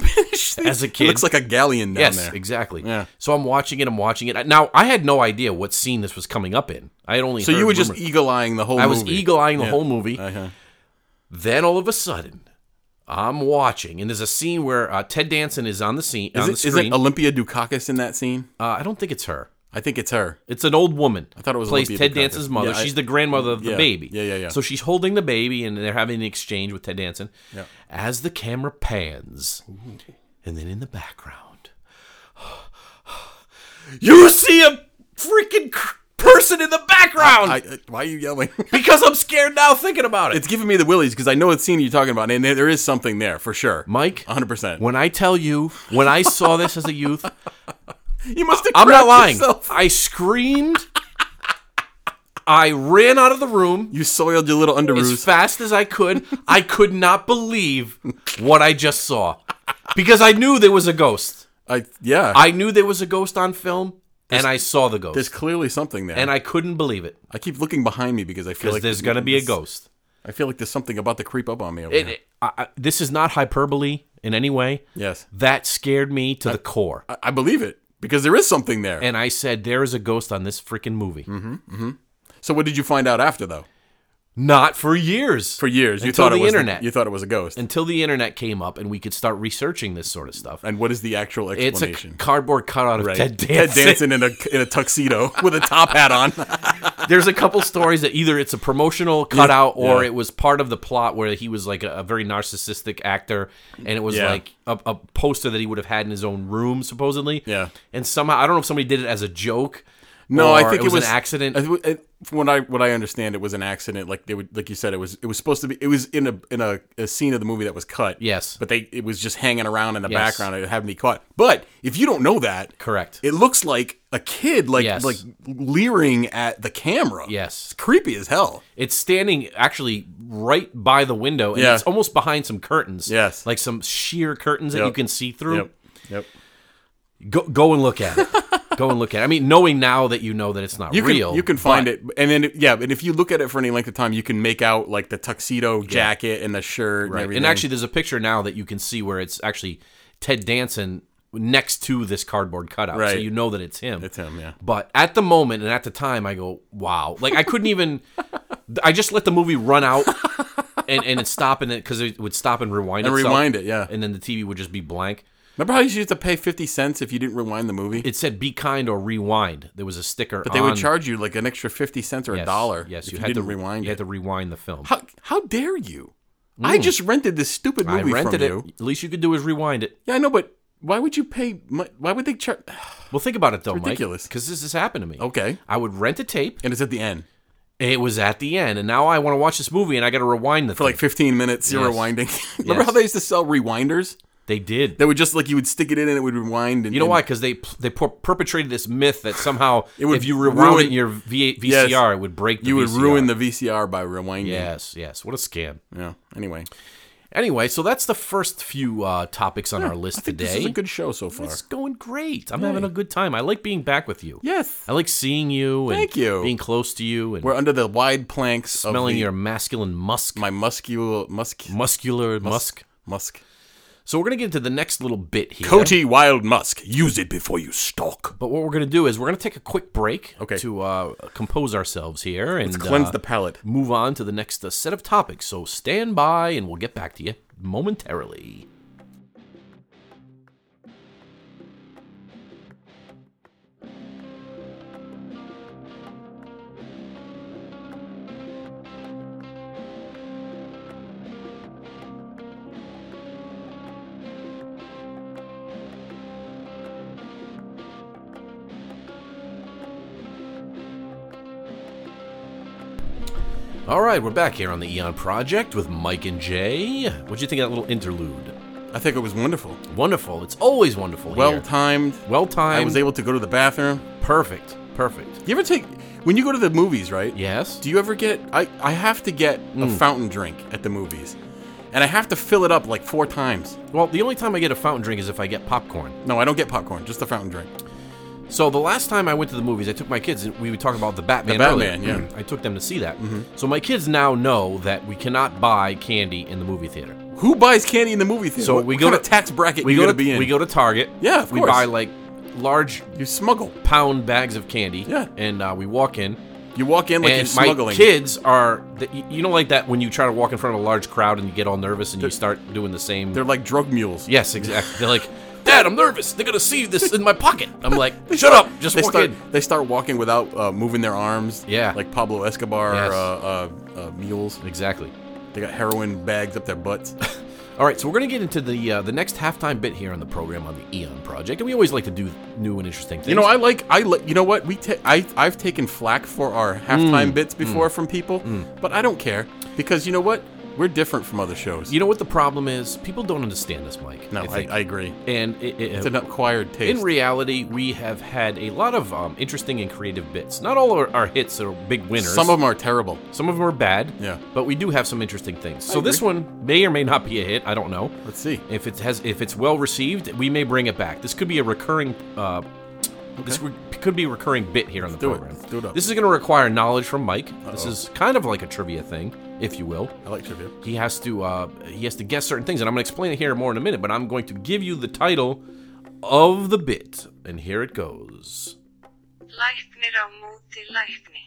Speaker 1: as a
Speaker 2: It
Speaker 1: kid.
Speaker 2: looks like a galleon down
Speaker 1: yes,
Speaker 2: there.
Speaker 1: exactly.
Speaker 2: Yeah.
Speaker 1: So I'm watching it. I'm watching it. Now I had no idea what scene this was coming up in. I had only
Speaker 2: So you
Speaker 1: heard
Speaker 2: were just
Speaker 1: rumor-
Speaker 2: eagle eyeing the whole
Speaker 1: I
Speaker 2: movie.
Speaker 1: was eagle eyeing the
Speaker 2: Yeah.
Speaker 1: whole movie.
Speaker 2: Uh-huh.
Speaker 1: Then all of a sudden, I'm watching, and there's a scene where uh, Ted Danson is on the scene on the
Speaker 2: Is it, isn't
Speaker 1: screen.
Speaker 2: Olympia Dukakis in that scene?
Speaker 1: uh, I don't think it's her.
Speaker 2: I think it's her.
Speaker 1: It's an old woman. I
Speaker 2: thought it was
Speaker 1: plays
Speaker 2: Olympia
Speaker 1: Ted
Speaker 2: Dukakis.
Speaker 1: Danson's mother.
Speaker 2: Yeah, I-
Speaker 1: she's the grandmother of the
Speaker 2: Yeah.
Speaker 1: baby.
Speaker 2: Yeah, yeah, yeah.
Speaker 1: So she's holding the baby, and they're having an exchange with Ted Danson.
Speaker 2: Yeah.
Speaker 1: As the camera pans, and then in the background, you see a freaking cr- person in the background.
Speaker 2: I, I, why are you yelling?
Speaker 1: because I'm scared now thinking about it.
Speaker 2: it's giving me the willies because I know what scene you're talking about, and there, there is something there for sure.
Speaker 1: Mike,
Speaker 2: 100%.
Speaker 1: when I tell you, when I saw this as a youth,
Speaker 2: you must have
Speaker 1: I'm not
Speaker 2: crapped
Speaker 1: lying.
Speaker 2: yourself.
Speaker 1: I screamed. I ran out of the room
Speaker 2: You soiled your little
Speaker 1: as
Speaker 2: underoos.
Speaker 1: fast as I could. I could not believe what I just saw because I knew there was a ghost.
Speaker 2: I, yeah.
Speaker 1: I knew there was a ghost on film, and I saw the ghost,
Speaker 2: there's clearly something there.
Speaker 1: and I couldn't believe it
Speaker 2: I keep looking behind me because I feel
Speaker 1: because
Speaker 2: like
Speaker 1: there's gonna be a ghost.
Speaker 2: I feel like there's something about to creep up on me. Over
Speaker 1: It,
Speaker 2: here.
Speaker 1: it- I, I- this is not hyperbole in any way.
Speaker 2: Yes,
Speaker 1: That scared me to the core.
Speaker 2: I, I believe it because there is something there.
Speaker 1: and I said, "There is a ghost on this freaking movie."
Speaker 2: Mm-hmm. so, what did you find out after though?
Speaker 1: Not for years.
Speaker 2: For years, you
Speaker 1: Until
Speaker 2: thought it
Speaker 1: the
Speaker 2: was
Speaker 1: internet.
Speaker 2: you thought it was a ghost. And,
Speaker 1: until the internet came up and we could start researching this sort of stuff.
Speaker 2: what is the actual
Speaker 1: It's a
Speaker 2: explanation?
Speaker 1: cardboard cutout of Ted
Speaker 2: Ted
Speaker 1: Danson.
Speaker 2: Danson in a in a tuxedo with a top hat on.
Speaker 1: There's a couple stories that either it's a promotional cutout or
Speaker 2: yeah.
Speaker 1: it was part of the plot where he was like a, a very narcissistic actor, and it was
Speaker 2: Yeah.
Speaker 1: like a, a poster that he would have had in his own room supposedly.
Speaker 2: Yeah.
Speaker 1: And somehow I don't know if somebody did it as a joke.
Speaker 2: No,
Speaker 1: or
Speaker 2: I think it was,
Speaker 1: an accident.
Speaker 2: I think it- from what I what I understand, it was an accident. Like they would, like you said, it was it was supposed to be. It was in a in a, a scene of the movie that was cut.
Speaker 1: Yes.
Speaker 2: but they it was just hanging around in the
Speaker 1: Yes.
Speaker 2: background. It hadn't been caught. But if you don't know that,
Speaker 1: Correct.
Speaker 2: It looks like a kid, like
Speaker 1: Yes.
Speaker 2: like leering at the camera.
Speaker 1: Yes.
Speaker 2: it's creepy as hell.
Speaker 1: It's standing actually right by the window, and
Speaker 2: Yeah.
Speaker 1: it's almost behind some curtains.
Speaker 2: Yes.
Speaker 1: like some sheer curtains that you
Speaker 2: Yep.
Speaker 1: can see through.
Speaker 2: yep.
Speaker 1: Go go and look at it. go and look at it. I mean, knowing now that you know that it's not
Speaker 2: You
Speaker 1: real,
Speaker 2: can you can find it, and then it- yeah, and if you look at it for any length of time, you can make out like the tuxedo jacket and the shirt and
Speaker 1: Right.
Speaker 2: everything.
Speaker 1: And actually, there's a picture now that you can see where it's actually Ted Danson next to this cardboard cutout, so
Speaker 2: Right.
Speaker 1: you know that it's him.
Speaker 2: it's him. Yeah,
Speaker 1: But at the moment and at the time, I go, wow. Like, I couldn't even. I just let the movie run out and, and it stop, and because it, would stop and rewind
Speaker 2: and
Speaker 1: itself,
Speaker 2: rewind it. Yeah,
Speaker 1: And then the TV would just be blank.
Speaker 2: remember how you used to pay fifty cents if you didn't rewind the movie?
Speaker 1: It said, be kind or rewind. There was a sticker. But
Speaker 2: they would charge you like an extra fifty cents or a dollar.
Speaker 1: Yes,
Speaker 2: if
Speaker 1: you,
Speaker 2: you,
Speaker 1: had
Speaker 2: didn't
Speaker 1: to
Speaker 2: rewind
Speaker 1: You
Speaker 2: it.
Speaker 1: had to rewind the film.
Speaker 2: How how dare you? I just rented this stupid
Speaker 1: I
Speaker 2: movie
Speaker 1: rented
Speaker 2: from
Speaker 1: it.
Speaker 2: you.
Speaker 1: Least you could do is rewind it.
Speaker 2: Yeah, I know, but why would you pay? Mu- why would they charge?
Speaker 1: Well, think about it though,
Speaker 2: ridiculous.
Speaker 1: Because this has happened to me.
Speaker 2: Okay,
Speaker 1: I would rent a tape.
Speaker 2: and it's at the end.
Speaker 1: It was at the end, and now I want to watch this movie, and I got to rewind the
Speaker 2: for like 15 minutes you're
Speaker 1: Yes.
Speaker 2: rewinding. Remember
Speaker 1: Yes.
Speaker 2: how they used to sell rewinders?
Speaker 1: they did.
Speaker 2: That would just like you would stick it in and it would rewind. And,
Speaker 1: you know
Speaker 2: and-
Speaker 1: why? Because they they per- perpetrated this myth that somehow
Speaker 2: would
Speaker 1: if you rewound it
Speaker 2: ruin-
Speaker 1: in your v- VCR,
Speaker 2: Yes.
Speaker 1: it would break. The
Speaker 2: You would
Speaker 1: VCR.
Speaker 2: ruin the VCR by rewinding.
Speaker 1: Yes, yes. What a scam.
Speaker 2: Yeah. Anyway,
Speaker 1: Anyway, so that's the first few uh, topics on our list
Speaker 2: I think
Speaker 1: today.
Speaker 2: this is a good show so far.
Speaker 1: it's going great. I'm having a good time. I like being back with you.
Speaker 2: Yes.
Speaker 1: I like seeing you. And
Speaker 2: Thank you.
Speaker 1: Being close to you and
Speaker 2: We're under the wide planks of
Speaker 1: smelling
Speaker 2: the-
Speaker 1: your masculine musk,
Speaker 2: my muscular musk
Speaker 1: muscular musk.
Speaker 2: musk.
Speaker 1: So we're gonna get into the next little bit here.
Speaker 2: Coty Wild Musk. Use it before you stalk.
Speaker 1: But what we're going to do is we're going to take a quick break
Speaker 2: Okay.
Speaker 1: to uh, compose ourselves here and
Speaker 2: Cleanse
Speaker 1: uh,
Speaker 2: the palate.
Speaker 1: move on to the next uh, set of topics. So stand by and we'll get back to you momentarily. All right, we're back here on the Eon Project with Mike and Jay. What'd you think of that little interlude?
Speaker 2: I think it was wonderful.
Speaker 1: Wonderful. It's always wonderful
Speaker 2: Well
Speaker 1: here.
Speaker 2: timed.
Speaker 1: Well timed.
Speaker 2: I was able to go to the bathroom.
Speaker 1: perfect. Perfect.
Speaker 2: You ever take when you go to the movies, right?
Speaker 1: Yes.
Speaker 2: Do you ever get? I, I have to get
Speaker 1: Hmm.
Speaker 2: a fountain drink at the movies, and I have to fill it up like four times.
Speaker 1: well, the only time I get a fountain drink is if I get popcorn.
Speaker 2: No, I don't get popcorn, just a fountain drink.
Speaker 1: So the last time I went to the movies, I took my kids, and we would talk about the Batman.
Speaker 2: The Batman,
Speaker 1: earlier.
Speaker 2: yeah. Mm-hmm.
Speaker 1: I took them to see that. So my kids now know that we cannot buy candy in the movie theater.
Speaker 2: Who buys candy in the movie theater?
Speaker 1: So
Speaker 2: What-
Speaker 1: we
Speaker 2: what
Speaker 1: go
Speaker 2: kind
Speaker 1: to
Speaker 2: of tax bracket
Speaker 1: We
Speaker 2: you
Speaker 1: go
Speaker 2: gotta
Speaker 1: to
Speaker 2: be in.
Speaker 1: we go to Target.
Speaker 2: Yeah, of
Speaker 1: we
Speaker 2: course.
Speaker 1: buy like large
Speaker 2: you smuggle.
Speaker 1: pound bags of candy.
Speaker 2: Yeah.
Speaker 1: and uh, we walk in,
Speaker 2: You walk in like you're
Speaker 1: and my
Speaker 2: smuggling.
Speaker 1: kids are th- y- you know like that when you try to walk in front of a large crowd and you get all nervous and you start doing the same.
Speaker 2: They're like drug mules.
Speaker 1: Yes, exactly. They're like, Dad, I'm nervous. They're gonna see this in my pocket. I'm like, shut up, just
Speaker 2: they
Speaker 1: walk
Speaker 2: start
Speaker 1: in.
Speaker 2: they start walking without uh, moving their arms.
Speaker 1: Yeah.
Speaker 2: like Pablo Escobar
Speaker 1: Yes.
Speaker 2: uh, uh, uh, mules.
Speaker 1: Exactly.
Speaker 2: They got heroin bags up their butts.
Speaker 1: All right, so we're going to get into the uh, the next halftime bit here on the program on the Eon Project, and we always like to do new and interesting things.
Speaker 2: You know, I like I like you know what we ta- I I've taken flack for our halftime
Speaker 1: Mm.
Speaker 2: bits before from people, but I don't care because you know what we're different from other shows.
Speaker 1: you know what the problem is? People don't understand this, Mike.
Speaker 2: no,
Speaker 1: I
Speaker 2: I,
Speaker 1: think.
Speaker 2: I, agree.
Speaker 1: and it, it-
Speaker 2: It's an acquired taste.
Speaker 1: in reality, we have had a lot of um, interesting and creative bits. Not all our, our hits are big winners.
Speaker 2: Some of them are terrible.
Speaker 1: some of them are bad.
Speaker 2: Yeah.
Speaker 1: but we do have some interesting things. So this one may or may not be a hit. I don't know.
Speaker 2: Let's see.
Speaker 1: If it has, if it's well received, we may bring it back. This could be a recurring. Uh, This re- could be a recurring bit here on the
Speaker 2: do it.
Speaker 1: program.
Speaker 2: Let's do it up.
Speaker 1: This is going to require knowledge from Mike. This is kind of like a trivia thing, if you will.
Speaker 2: I like trivia.
Speaker 1: He has to uh, he has to guess certain things, and I'm going to explain it here more in a minute. But I'm going to give you the title of the bit, and here it goes.
Speaker 3: Læknir á móti lækni.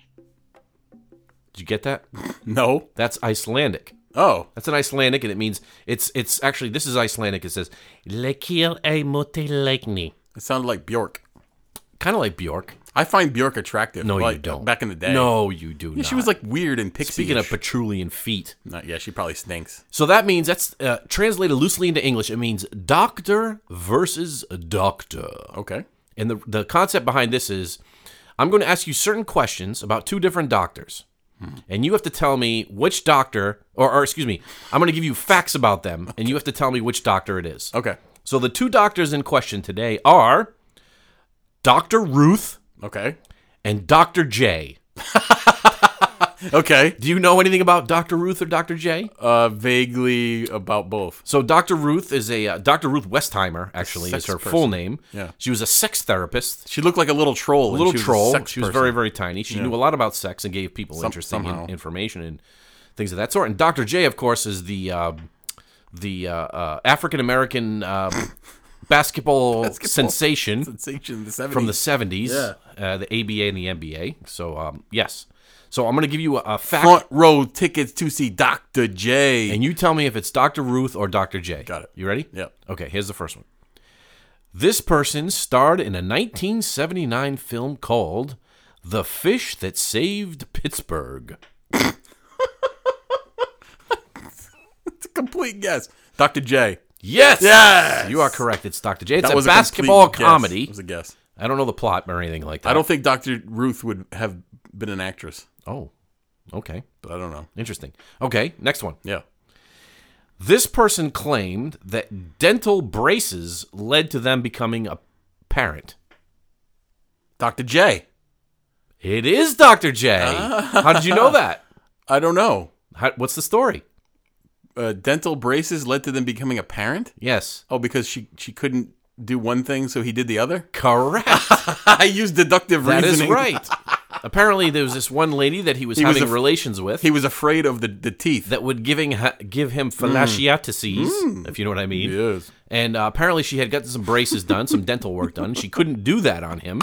Speaker 1: Did you get that?
Speaker 2: No.
Speaker 1: That's Icelandic.
Speaker 2: Oh,
Speaker 1: That's an Icelandic, and it means it's it's actually this is Icelandic. It says lekir ei moti leikni,
Speaker 2: it sounded like Bjork.
Speaker 1: kind of like Bjork.
Speaker 2: I find Bjork attractive.
Speaker 1: No, you
Speaker 2: like, uh,
Speaker 1: don't.
Speaker 2: Back in the day.
Speaker 1: no, you do
Speaker 2: Yeah,
Speaker 1: not.
Speaker 2: she was like weird and pixie.
Speaker 1: speaking of Petrulian feet.
Speaker 2: yeah, she probably stinks.
Speaker 1: So that means that's uh, translated loosely into English. It means doctor versus doctor.
Speaker 2: Okay.
Speaker 1: And the, the concept behind this is I'm going to ask you certain questions about two different doctors.
Speaker 2: Hmm.
Speaker 1: And you have to tell me which doctor, or, or excuse me, I'm going to give you facts about them, and you have to tell me which doctor it is.
Speaker 2: Okay.
Speaker 1: So the two doctors in question today are Dr. Ruth
Speaker 2: Okay.
Speaker 1: and Dr. J.
Speaker 2: Okay.
Speaker 1: Do you know anything about Dr. Ruth or Dr. J?
Speaker 2: Uh, vaguely about both.
Speaker 1: So Dr. Ruth is a uh, Dr. Ruth Westheimer actually
Speaker 2: Sex
Speaker 1: is her
Speaker 2: person.
Speaker 1: full name.
Speaker 2: Yeah.
Speaker 1: She was a sex therapist,
Speaker 2: She looked like a little troll.
Speaker 1: a little troll. she was very very tiny. She knew a lot about sex and gave people interesting in-
Speaker 2: somehow.
Speaker 1: information and things of that sort. And Dr. J of course is the uh, the uh, uh, African American uh, basketball, sensation
Speaker 2: sensation in the 70s.
Speaker 1: from the 70s, uh, the ABA and the NBA. So um, yes. So I'm going to give you a, a fact
Speaker 2: front row tickets to see Dr. J.
Speaker 1: and you tell me if it's Dr. Ruth or Dr. J.
Speaker 2: Got it.
Speaker 1: You ready?
Speaker 2: Yep.
Speaker 1: Okay, here's the first one. This person starred in a 1979 film called The Fish That Saved Pittsburgh.
Speaker 2: it's a complete guess. Dr. J.
Speaker 1: Yes!
Speaker 2: Yes!
Speaker 1: You are correct. It's Dr. J. It's
Speaker 2: That
Speaker 1: a
Speaker 2: was
Speaker 1: basketball
Speaker 2: complete guess.
Speaker 1: comedy.
Speaker 2: It was a guess.
Speaker 1: I don't know the plot or anything like that.
Speaker 2: I don't think Dr. Ruth would have been an actress,
Speaker 1: Oh, okay.
Speaker 2: but I don't know.
Speaker 1: Interesting. Okay, next one.
Speaker 2: Yeah.
Speaker 1: This person claimed that dental braces led to them becoming a parent.
Speaker 2: Dr. J.
Speaker 1: It is Dr. J. How did you know that?
Speaker 2: I don't know.
Speaker 1: How, what's the story?
Speaker 2: Uh, dental braces led to them becoming a parent?
Speaker 1: Yes.
Speaker 2: Oh, because she, she couldn't do one thing, so he did the other?
Speaker 1: Correct.
Speaker 2: I used deductive
Speaker 1: that is
Speaker 2: reasoning.
Speaker 1: right. Apparently, there was this one lady that he was
Speaker 2: was
Speaker 1: having
Speaker 2: a-
Speaker 1: relations with
Speaker 2: He was afraid of the, the teeth.
Speaker 1: that would giving ha- give him fasciitis, if you know what I mean.
Speaker 2: Yes.
Speaker 1: And uh, apparently, she had gotten some braces done, some dental work done. She couldn't do that on him,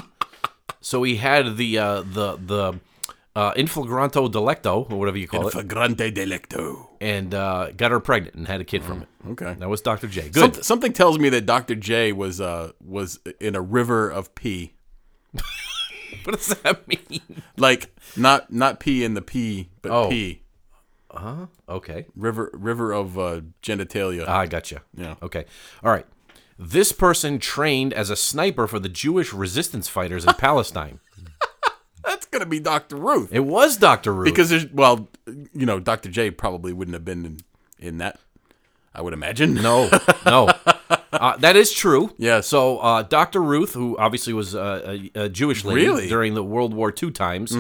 Speaker 1: so he had the uh, the the uh, inflagranto delecto or whatever you call it,
Speaker 2: Flagrante delicto.
Speaker 1: and uh, got her pregnant and had a kid from it.
Speaker 2: Okay.
Speaker 1: That was Dr. J. Good.
Speaker 2: Somet- something tells me that Dr. J was uh, was in a river of pee.
Speaker 1: what does that mean?
Speaker 2: Like not not pee in the pee, but
Speaker 1: Oh.
Speaker 2: pee.
Speaker 1: Okay.
Speaker 2: River river of uh, genitalia.
Speaker 1: Ah, I gotcha.
Speaker 2: Yeah.
Speaker 1: Okay. All right. This person trained as a sniper for the Jewish resistance fighters in Palestine.
Speaker 2: That's gonna be Dr. Ruth.
Speaker 1: It was Dr. Ruth.
Speaker 2: because there's well, you know, Dr. J probably wouldn't have been in, in that. I would imagine.
Speaker 1: no, no. Uh, that is true.
Speaker 2: Yes.
Speaker 1: So uh, Dr. Ruth, who obviously was uh, a, a Jewish lady
Speaker 2: Really? Mm-hmm,
Speaker 1: during the World War II times,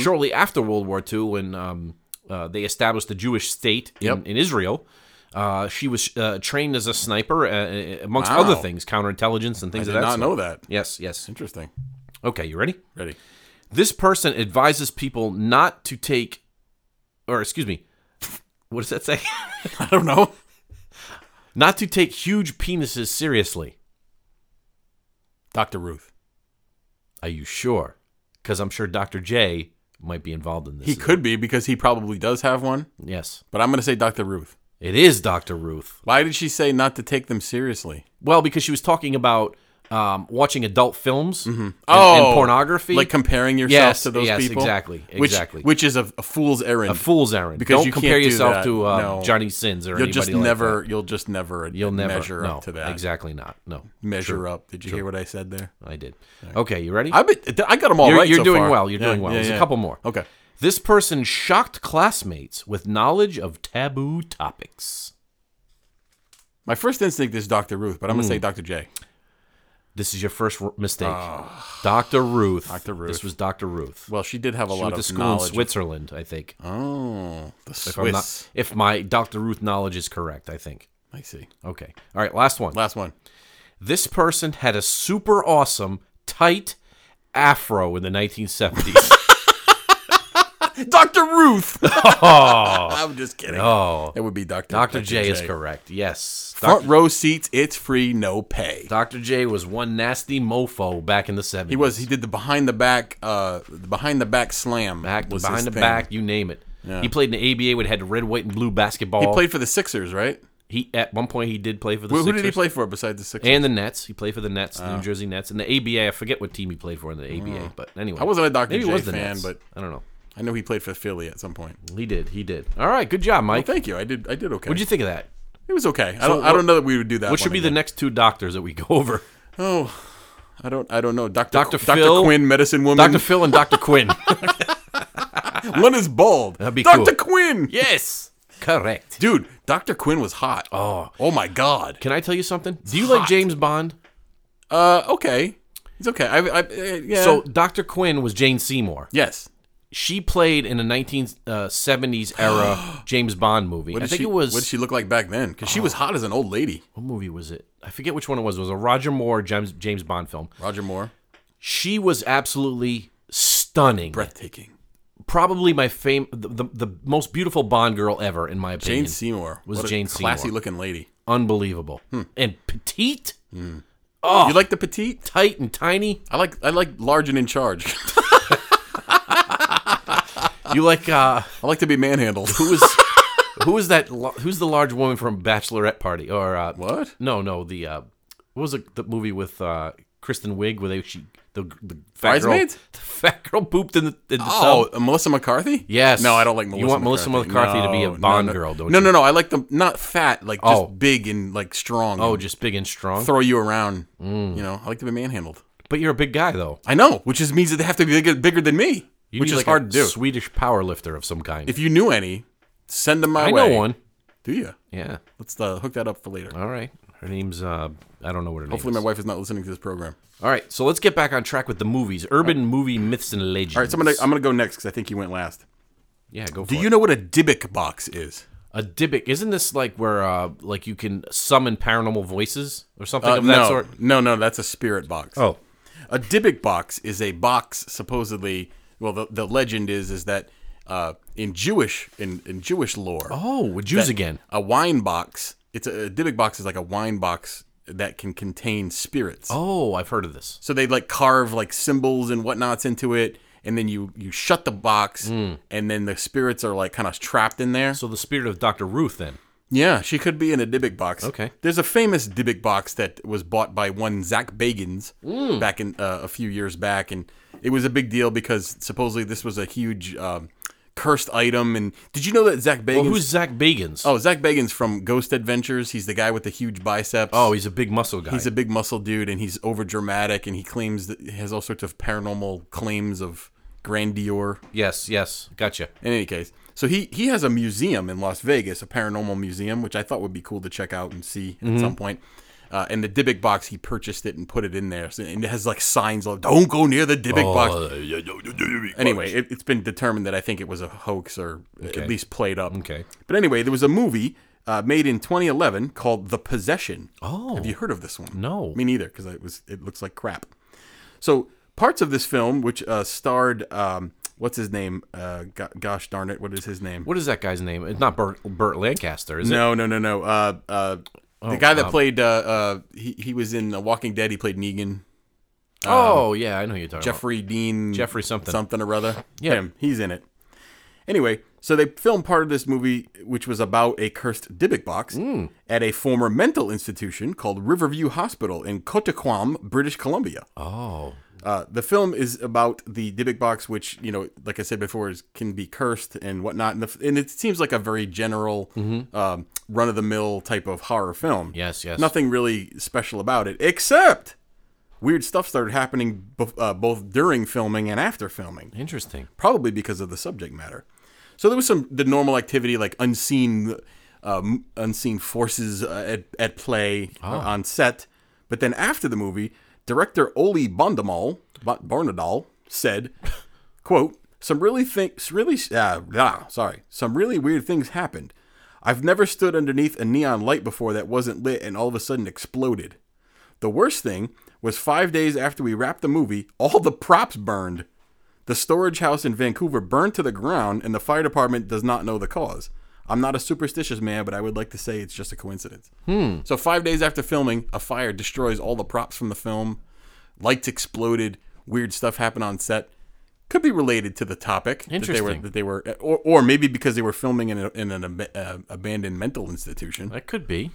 Speaker 1: shortly after World War II, when um, uh, they established the Jewish state in,
Speaker 2: Yep.
Speaker 1: in Israel, uh, she was uh, trained as a sniper, uh, amongst other
Speaker 2: Wow.
Speaker 1: things, counterintelligence and things
Speaker 2: I
Speaker 1: of
Speaker 2: did
Speaker 1: that
Speaker 2: not
Speaker 1: sort.
Speaker 2: know that.
Speaker 1: Yes, yes.
Speaker 2: Interesting.
Speaker 1: Okay, you ready?
Speaker 2: Ready.
Speaker 1: this person advises people not to take or excuse me what does that say
Speaker 2: I don't know.
Speaker 1: Not to take huge penises seriously.
Speaker 2: Dr. Ruth.
Speaker 1: Are you sure? Because I'm sure Dr. J might be involved in this.
Speaker 2: He could be because he probably does have one,
Speaker 1: Yes.
Speaker 2: but I'm going to say Dr. Ruth.
Speaker 1: It is Dr. Ruth.
Speaker 2: Why did she say not to take them seriously?
Speaker 1: Well, because she was talking about um, watching adult films and, and pornography.
Speaker 2: Mm-hmm. Oh, Like comparing yourself
Speaker 1: Yes,
Speaker 2: to those
Speaker 1: yes,
Speaker 2: people?
Speaker 1: exactly,
Speaker 2: Which,
Speaker 1: exactly.
Speaker 2: Which is a, a fool's errand.
Speaker 1: a fool's errand.
Speaker 2: Because
Speaker 1: Don't
Speaker 2: you can't
Speaker 1: compare
Speaker 2: do
Speaker 1: yourself
Speaker 2: that.
Speaker 1: to uh,
Speaker 2: No.
Speaker 1: Johnny Sins or
Speaker 2: You'll
Speaker 1: anybody
Speaker 2: just
Speaker 1: like
Speaker 2: never,
Speaker 1: that.
Speaker 2: you'll just never,
Speaker 1: You'll never
Speaker 2: measure
Speaker 1: no,
Speaker 2: up to that.
Speaker 1: Exactly not. No.
Speaker 2: Measure up. Did you hear what I said there?
Speaker 1: I did. Okay, you ready?
Speaker 2: I bet I got them all
Speaker 1: You're-
Speaker 2: right
Speaker 1: you're
Speaker 2: so
Speaker 1: doing
Speaker 2: far.
Speaker 1: well, you're
Speaker 2: Yeah,
Speaker 1: doing well.
Speaker 2: yeah,
Speaker 1: There's a
Speaker 2: yeah.
Speaker 1: couple more.
Speaker 2: Okay.
Speaker 1: This person shocked classmates with knowledge of taboo topics.
Speaker 2: My first instinct is Dr. Ruth, but I'm
Speaker 1: Mm.
Speaker 2: gonna say Dr. J.
Speaker 1: This is your first r- mistake. Dr. Ruth.
Speaker 2: Dr. Ah. Ruth.
Speaker 1: This was Dr. Ruth.
Speaker 2: Well, she did have a
Speaker 1: she
Speaker 2: lot
Speaker 1: went to
Speaker 2: of
Speaker 1: school
Speaker 2: knowledge.
Speaker 1: in Switzerland, I think.
Speaker 2: Oh, the
Speaker 1: If, I'm
Speaker 2: Swiss.
Speaker 1: not, if my Dr. Ruth knowledge is correct, I think.
Speaker 2: I see.
Speaker 1: Okay. All right, last one.
Speaker 2: Last one.
Speaker 1: This person had a super awesome, tight afro in the 1970s.
Speaker 2: Dr. Ruth. I'm just kidding.
Speaker 1: oh.
Speaker 2: It would be Dr.
Speaker 1: Dr. J is correct. Yes.
Speaker 2: Front row seats, it's free, no pay.
Speaker 1: Dr. J was one nasty mofo back in the 70s.
Speaker 2: He was he did the behind the back uh the behind the back slam.
Speaker 1: back
Speaker 2: was his
Speaker 1: behind the
Speaker 2: thing.
Speaker 1: back, you name it. He played in the ABA with had red, white, and blue basketball.
Speaker 2: He played for the Sixers, right?
Speaker 1: He at one point he did play for the
Speaker 2: Who, who
Speaker 1: Sixers
Speaker 2: did he play for Oh. besides the Sixers?
Speaker 1: and the Nets. He played for the Nets, the New Jersey Nets, and the ABA. I forget what team he played for in the ABA, but anyway,
Speaker 2: Oh. I wasn't a Dr.
Speaker 1: Maybe it
Speaker 2: J
Speaker 1: was the
Speaker 2: fan,
Speaker 1: Nets,
Speaker 2: but-
Speaker 1: I don't know.
Speaker 2: I know he played for Philly at some point.
Speaker 1: He did. He did. All right. Good job, Mike.
Speaker 2: Thank you. I did I did okay.
Speaker 1: What'd you think of that?
Speaker 2: it was okay. I don't I don't know that we would do that.
Speaker 1: What should be the next two doctors that we go over?
Speaker 2: the Oh. I don't I don't know. Dr.
Speaker 1: Dr.
Speaker 2: Qu- Dr.
Speaker 1: Phil-
Speaker 2: Quinn, medicine woman.
Speaker 1: Dr. Phil and Dr. Quinn.
Speaker 2: One is bald.
Speaker 1: That'd be cool.
Speaker 2: Dr. Quinn.
Speaker 1: yes. Correct.
Speaker 2: Dude, Dr. Quinn was hot. Oh. Oh my god.
Speaker 1: Can I tell you something? Do you like
Speaker 2: Hot.
Speaker 1: James Bond?
Speaker 2: Uh, okay, it's okay. I, I, uh, yeah.
Speaker 1: So Dr. Quinn was Jane Seymour.
Speaker 2: yes,
Speaker 1: She played in a 1970s era James Bond movie.
Speaker 2: what
Speaker 1: I
Speaker 2: did
Speaker 1: think
Speaker 2: she,
Speaker 1: it was Oh.
Speaker 2: What did she look like back then? Because she was hot as an old lady.
Speaker 1: what movie was it? I forget which one it was. It was a Roger Moore James James Bond film.
Speaker 2: Roger Moore,
Speaker 1: She was absolutely stunning.
Speaker 2: breathtaking.
Speaker 1: Probably my fame the, the, the most beautiful Bond girl ever in my
Speaker 2: Jane
Speaker 1: opinion.
Speaker 2: Seymour
Speaker 1: was
Speaker 2: what a
Speaker 1: Jane Seymour.
Speaker 2: classy looking lady.
Speaker 1: Unbelievable.
Speaker 2: Hmm.
Speaker 1: And petite, Oh.
Speaker 2: You like the petite?
Speaker 1: tight and tiny.
Speaker 2: I like I like large and in charge.
Speaker 1: You like uh
Speaker 2: I like to be manhandled.
Speaker 1: who was who is that lo- who's the large woman from Bachelorette Party or uh
Speaker 2: what?
Speaker 1: No, no, the uh, what was the, the movie with uh, Kristen Wiig where they she the the fat girl,
Speaker 2: Bridesmaids?
Speaker 1: the fat girl pooped in the, in the
Speaker 2: Oh,
Speaker 1: tub.
Speaker 2: uh, Melissa McCarthy?
Speaker 1: Yes.
Speaker 2: No, I don't like Melissa.
Speaker 1: You want Melissa McCarthy to be a
Speaker 2: No, no,
Speaker 1: Bond
Speaker 2: no.
Speaker 1: girl, don't
Speaker 2: no,
Speaker 1: you?
Speaker 2: No, no, I like them not fat, like just
Speaker 1: Oh.
Speaker 2: big and like strong.
Speaker 1: Oh, Mm.
Speaker 2: and
Speaker 1: just big and strong.
Speaker 2: throw you around. You know, I like to be manhandled.
Speaker 1: but you're a big guy though.
Speaker 2: I know, which just means that they have to be bigger, bigger than me,
Speaker 1: You
Speaker 2: which
Speaker 1: need,
Speaker 2: is
Speaker 1: like, a
Speaker 2: hard to do.
Speaker 1: Swedish power lifter of some kind.
Speaker 2: If you knew any, send them my
Speaker 1: I
Speaker 2: way.
Speaker 1: know one.
Speaker 2: Do you?
Speaker 1: Yeah.
Speaker 2: Let's uh, hook that up for later.
Speaker 1: All right. Her name's uh, I don't know what her
Speaker 2: Hopefully, my
Speaker 1: name is.
Speaker 2: wife is not listening to this program.
Speaker 1: All right. So let's get back on track with the movies. Urban movie myths and legends.
Speaker 2: All right, so I'm gonna I'm gonna go next because I think you went last.
Speaker 1: yeah, go for
Speaker 2: Do
Speaker 1: it.
Speaker 2: you know what a Dybbuk box is?
Speaker 1: A Dybbuk. Isn't this like where uh like you can summon paranormal voices or something
Speaker 2: Uh,
Speaker 1: of that
Speaker 2: no,
Speaker 1: sort?
Speaker 2: no, no, that's a spirit box.
Speaker 1: Oh.
Speaker 2: a Dybbuk box is a box supposedly. Well, the, the legend is is that uh, in Jewish in, in Jewish lore,
Speaker 1: Oh, with Jews
Speaker 2: that
Speaker 1: again.
Speaker 2: a wine box. It's a, a Dybbuk box is like a wine box that can contain spirits.
Speaker 1: Oh, I've heard of this.
Speaker 2: So they like carve like symbols and whatnots into it, and then you you shut the box,
Speaker 1: Hmm.
Speaker 2: and then the spirits are like kind of trapped in there.
Speaker 1: So the spirit of Dr. Ruth then.
Speaker 2: yeah, she could be in a Dybbuk box.
Speaker 1: Okay.
Speaker 2: there's a famous Dybbuk box that was bought by one Zach Bagans
Speaker 1: Hmm.
Speaker 2: back in uh, a few years back, and it was a big deal because supposedly this was a huge um, cursed item. And did you know that Zach Bagans?
Speaker 1: Well, Oh, who's Zach Bagans?
Speaker 2: oh, Zach Bagans from Ghost Adventures. He's the guy with the huge biceps.
Speaker 1: Oh, he's a big muscle guy.
Speaker 2: He's a big muscle dude, and he's over dramatic, and he claims that he has all sorts of paranormal claims of grandeur.
Speaker 1: yes, yes. Gotcha.
Speaker 2: In any case, so he he has a museum in Las Vegas, a paranormal museum, which I thought would be cool to check out and see
Speaker 1: Mm-hmm.
Speaker 2: at some point. Uh, and the Dybbuk box, he purchased it and put it in there, so, and it has like signs like "Don't go near the Dybbuk
Speaker 1: Oh,
Speaker 2: box." Anyway, it, it's been determined that I think it was a hoax or at least played up.
Speaker 1: Okay.
Speaker 2: But anyway, there was a movie uh, made in 2011 called The Possession.
Speaker 1: Oh.
Speaker 2: Have you heard of this one?
Speaker 1: No.
Speaker 2: Me neither, because it was it looks like crap. So parts of this film, which uh, starred um, what's his name? Uh, go- gosh darn it, what is his name?
Speaker 1: What is that guy's name? It's not Burt, Burt Lancaster, is it? Oh,
Speaker 2: No, no, no, no. Uh, uh, the guy that played uh, uh, he he was in The Walking Dead. He played Negan.
Speaker 1: Oh yeah, I know who you're talking about.
Speaker 2: Jeffrey Dean.
Speaker 1: Oh, Jeffrey something.
Speaker 2: Something or other.
Speaker 1: Yeah.
Speaker 2: Him. He's in it. Anyway, so they filmed part of this movie, which was about a cursed Dybbuk box
Speaker 1: Hmm.
Speaker 2: at a former mental institution called Riverview Hospital in Cotaquam, British Columbia.
Speaker 1: Oh,
Speaker 2: Uh, the film is about the Dybbuk box, which you know, like I said before, is, can be cursed and whatnot, and, the, and it seems like a very general, um, run-of-the-mill type of horror film.
Speaker 1: Yes, yes.
Speaker 2: Nothing really special about it, except weird stuff started happening bo- uh, both during filming and after filming
Speaker 1: interesting.
Speaker 2: probably because of the subject matter. So there was some the normal activity like unseen, um, unseen forces uh, at at play uh, on set. But then after the movie, director Oli Bondamal Ba- Barnadal said, "quote Some really things really uh, ah, sorry some really weird things happened. I've never stood underneath a neon light before that wasn't lit and all of a sudden exploded. The worst thing was five days after we wrapped the movie, all the props burned." The storage house in Vancouver burned to the ground, and the fire department does not know the cause. I'm not a superstitious man, but I would like to say it's just a coincidence. Hmm. So, five days after filming, a fire destroys all the props from the film. Lights exploded. Weird stuff happened on set. Could be related to the topic
Speaker 1: Interesting.
Speaker 2: that they were, that they were or, or maybe because they were filming in, a, in an ab- uh, abandoned mental institution.
Speaker 1: That could be.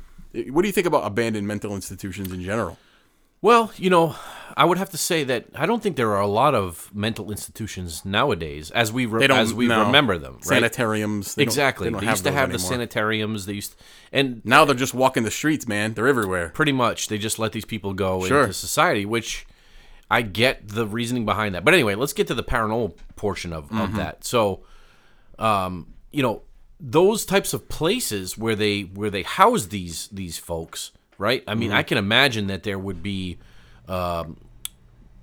Speaker 2: What do you think about abandoned mental institutions in general?
Speaker 1: Well, you know, I would have to say that I don't think there are a lot of mental institutions nowadays as we re-
Speaker 2: They don't
Speaker 1: as we
Speaker 2: no.
Speaker 1: remember them. Right?
Speaker 2: Sanitariums. they don't-
Speaker 1: exactly.
Speaker 2: they,
Speaker 1: They,
Speaker 2: don't
Speaker 1: used to
Speaker 2: those
Speaker 1: have the
Speaker 2: anymore.
Speaker 1: sanitariums. They used and
Speaker 2: Now they're just walking the streets, man. They're everywhere.
Speaker 1: pretty much they just let these people go
Speaker 2: Sure.
Speaker 1: into society, which I get the reasoning behind that. But anyway, let's get to the paranormal portion of,
Speaker 2: Mm-hmm.
Speaker 1: of that. So, um, you know, those types of places where they where they house these these folks, right? I mean,
Speaker 2: Mm-hmm.
Speaker 1: I can imagine that there would be. Um,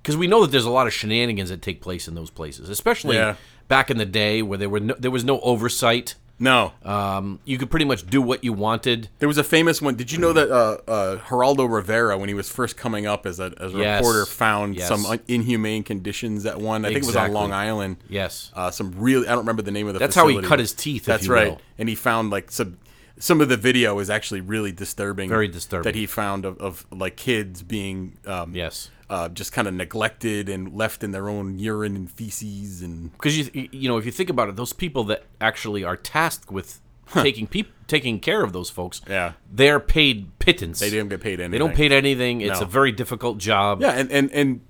Speaker 1: because we know that there's a lot of shenanigans that take place in those places, especially
Speaker 2: Yeah.
Speaker 1: back in the day where there were no, there was no oversight.
Speaker 2: No.
Speaker 1: Um, you could pretty much do what you wanted.
Speaker 2: there was a famous one. Did you know that uh, uh, Geraldo Rivera, when he was first coming up as a, as a
Speaker 1: Yes.
Speaker 2: reporter, found
Speaker 1: Yes.
Speaker 2: some un- inhumane conditions at one? I think it was on
Speaker 1: Exactly.
Speaker 2: Long Island.
Speaker 1: Yes,
Speaker 2: Uh, some really, I don't remember the name of the
Speaker 1: That's how he
Speaker 2: facility.
Speaker 1: cut his teeth, if
Speaker 2: That's
Speaker 1: you
Speaker 2: right.
Speaker 1: will.
Speaker 2: And he found like some. Some of the video is actually really disturbing.
Speaker 1: Very disturbing.
Speaker 2: That he found of, of like kids being um,
Speaker 1: yes.
Speaker 2: uh, just kind of neglected and left in their own urine and feces and
Speaker 1: because you you know if you think about it, those people that actually are tasked with taking peop taking care of those folks,
Speaker 2: Yeah.
Speaker 1: they're paid pittance.
Speaker 2: they didn't get paid anything.
Speaker 1: They don't pay anything. It's
Speaker 2: No.
Speaker 1: a very difficult job.
Speaker 2: Yeah, and and and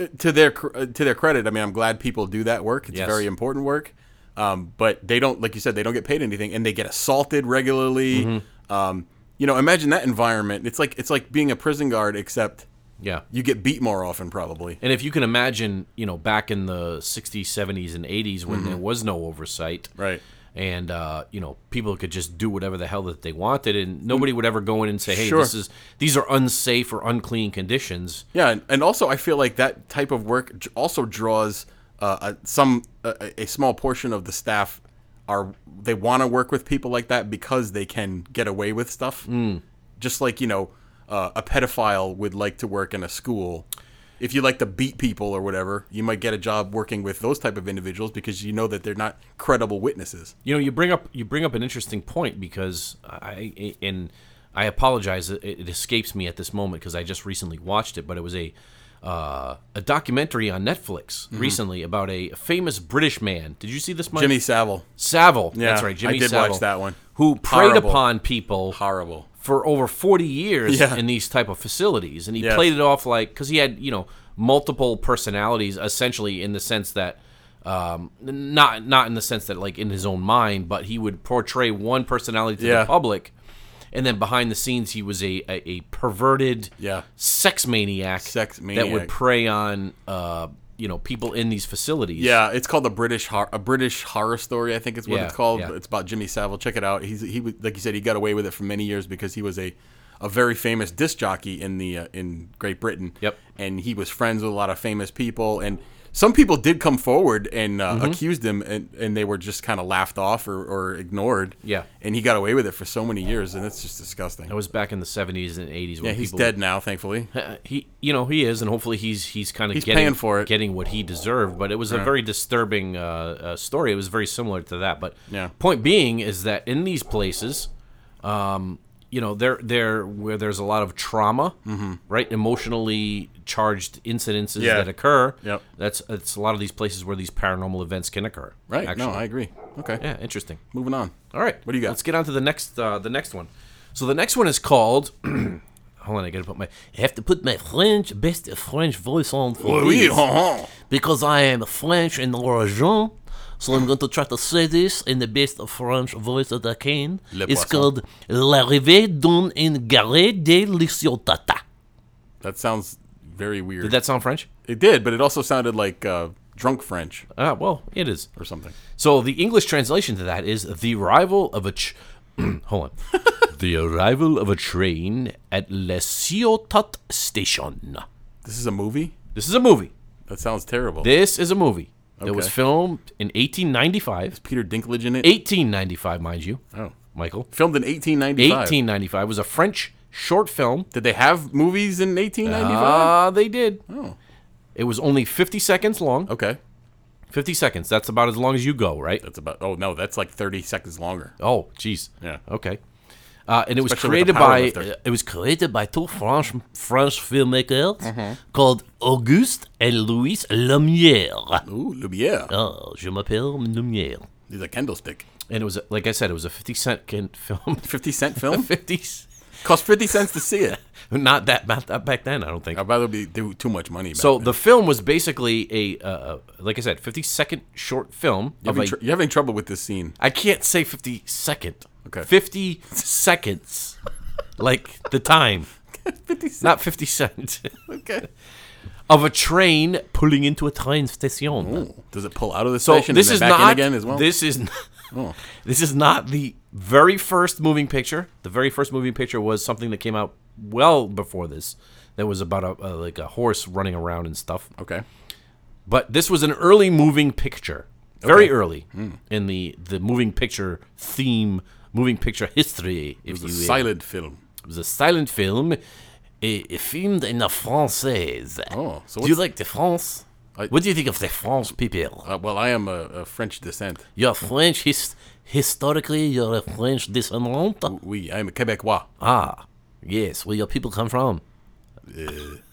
Speaker 2: uh, to their cr- uh, to their credit, I mean, I'm glad people do that work. It's
Speaker 1: Yes.
Speaker 2: very important work. Um, but they don't, like you said, they don't get paid anything, and they get assaulted regularly.
Speaker 1: Mm-hmm.
Speaker 2: Um, you know, imagine that environment. It's like it's like being a prison guard, except
Speaker 1: Yeah.
Speaker 2: you get beat more often, probably.
Speaker 1: And if you can imagine, you know, back in the 60s, 70s, and 80s when there was no oversight.
Speaker 2: Mm-hmm. Right.
Speaker 1: And, uh, you know, people could just do whatever the hell that they wanted, and nobody would ever go in and say, hey,
Speaker 2: Mm. Sure.
Speaker 1: this is these are unsafe or unclean conditions.
Speaker 2: Yeah, and, and also I feel like that type of work j- also draws uh, a, some a, a small portion of the staff are they want to work with people like that because they can get away with stuff. Just like you know, uh, a pedophile would like to work in a school. If you like to beat people or whatever, you might get a job working with those type of individuals because you know that they're not credible witnesses.
Speaker 1: You know, you bring up you bring up an interesting point because I and I apologize it, it escapes me at this moment because I just recently watched it, but it was a uh, a documentary on Netflix recently about a famous British man. Did you see this? Mike?
Speaker 2: Mm-hmm. Jimmy Savile,
Speaker 1: Savile.
Speaker 2: Yeah,
Speaker 1: that's right. Jimmy
Speaker 2: I did
Speaker 1: Savile,
Speaker 2: watch that one.
Speaker 1: Who preyed
Speaker 2: Horrible.
Speaker 1: upon people
Speaker 2: horrible.
Speaker 1: for over 40 years
Speaker 2: Yeah.
Speaker 1: in these type of facilities and he
Speaker 2: Yes.
Speaker 1: played it off like because he had you know multiple personalities essentially in the sense that um, n- not not in the sense that like in his own mind but he would portray one personality to
Speaker 2: Yeah.
Speaker 1: the public and then behind the scenes he was a, a, a perverted
Speaker 2: Yeah.
Speaker 1: sex maniac
Speaker 2: Sex
Speaker 1: that would
Speaker 2: maniac.
Speaker 1: prey on uh, you know people in these facilities
Speaker 2: Yeah, it's called the British Hor- a British horror story. I think it's what
Speaker 1: Yeah,
Speaker 2: it's called.
Speaker 1: yeah.
Speaker 2: It's about Jimmy Savile. Check it out. He's he was like you said he got away with it for many years because he was a a very famous disc jockey in the uh, in Great Britain.
Speaker 1: Yep.
Speaker 2: and he was friends with a lot of famous people and. Some people did come forward and
Speaker 1: Mm-hmm.
Speaker 2: uh, accused him, and, and they were just kind of laughed off or, or ignored.
Speaker 1: Yeah.
Speaker 2: and he got away with it for so many years, and it's just disgusting.
Speaker 1: that was back in the 70s and 80s when
Speaker 2: yeah, he's
Speaker 1: people
Speaker 2: dead now, thankfully.
Speaker 1: Uh, he you know he is and hopefully he's he's kind of
Speaker 2: He's
Speaker 1: getting
Speaker 2: paying for it.
Speaker 1: getting what he deserved but it was a very disturbing uh, uh, story it was very similar to that but
Speaker 2: Yeah.
Speaker 1: point being is that in these places um, you know they're they're where there's a lot of trauma right emotionally charged incidences
Speaker 2: Mm-hmm. Yeah.
Speaker 1: that occur
Speaker 2: Yep.
Speaker 1: that's it's a lot of these places where these paranormal events can occur
Speaker 2: Right. No, I agree. Okay.
Speaker 1: yeah interesting
Speaker 2: Moving on.
Speaker 1: all right
Speaker 2: What do you got?
Speaker 1: let's get on to the next uh, the next one so the next one is called hold on i gotta put my i have to put my french best french voice on for
Speaker 2: Louis,
Speaker 1: this
Speaker 2: huh, huh.
Speaker 1: because I am French and origin. So I'm going to try to say this in the best French voice that I can.
Speaker 2: Le
Speaker 4: it's
Speaker 2: poisson.
Speaker 4: called L'arrivée d'un engaré de l'Ixiotata.
Speaker 2: That sounds very weird.
Speaker 1: Did that sound French?
Speaker 2: it did, but it also sounded like uh, drunk French
Speaker 1: Ah, well, it is.
Speaker 2: or something.
Speaker 1: So the English translation to that is the arrival of a. Ch- Hold on. the arrival of a train at Le Ciotat station.
Speaker 2: This is a movie.
Speaker 1: This is a movie.
Speaker 2: That sounds terrible.
Speaker 1: This is a movie that was
Speaker 2: Okay.
Speaker 1: filmed in 1895.
Speaker 2: Peter Dinklage in it.
Speaker 1: 1895, mind you,
Speaker 2: Oh.
Speaker 1: Michael.
Speaker 2: Filmed in 1895.
Speaker 1: 1895 was a French short film
Speaker 2: Did they have movies in 1895?
Speaker 1: Ah, they did.
Speaker 2: Oh.
Speaker 1: It was only 50 seconds long.
Speaker 2: okay.
Speaker 1: 50 seconds. That's about as long as you go, right?
Speaker 2: That's about. Oh no, that's like 30 seconds longer.
Speaker 1: Oh, jeez.
Speaker 2: Yeah.
Speaker 1: Okay. Uh, and it was
Speaker 2: Especially with a
Speaker 1: created by
Speaker 2: powerlifter.
Speaker 1: uh,
Speaker 4: It was created by two French, French filmmakers called Auguste and Louis Lumière.
Speaker 2: Ooh, Lumiere.
Speaker 1: Uh.
Speaker 4: Oh, je m'appelle Lumière.
Speaker 2: He's a Kendall stick.
Speaker 1: and it was like I said, it was a 50 cent can film.
Speaker 2: 50 cent film.
Speaker 1: 50
Speaker 2: Cost 50 cents to see it. Oh,
Speaker 1: not that not that back then, I don't think.
Speaker 2: I'd rather be do too much money. Back
Speaker 1: so
Speaker 2: then.
Speaker 1: the film was basically a uh, like I said, 50 second short film
Speaker 2: you're
Speaker 1: of a
Speaker 2: having, tr- you're having trouble with this scene.
Speaker 1: I can't say 50 second.
Speaker 2: Okay.
Speaker 1: 50 seconds. Like the time. 50 Not 50 cent.
Speaker 2: Okay.
Speaker 1: of a train pulling into a train station.
Speaker 2: Does it pull out of the
Speaker 1: So
Speaker 2: station
Speaker 1: this
Speaker 2: and
Speaker 1: is
Speaker 2: then back
Speaker 1: not
Speaker 2: in again as well? Oh.
Speaker 1: This is n- this is not the very first moving picture. The very first moving picture was something that came out well before this. That was about a, a like a horse running around and stuff.
Speaker 2: okay.
Speaker 1: But this was an early moving picture, very early
Speaker 2: Hmm.
Speaker 1: in the the moving picture theme, moving picture history, if
Speaker 2: It was a
Speaker 1: you will.
Speaker 2: silent film.
Speaker 1: It was a silent film, eh, eh, filmed in a française.
Speaker 2: Oh, so
Speaker 1: do you
Speaker 2: what's-
Speaker 1: like the France?
Speaker 2: I-
Speaker 1: what do you think of the France people?
Speaker 2: Uh, well, I am a, a French descent.
Speaker 4: You're French, his- historically, you're a French descendant.
Speaker 2: We, I am a Quebecois,
Speaker 4: Ah, yes, where your people come from.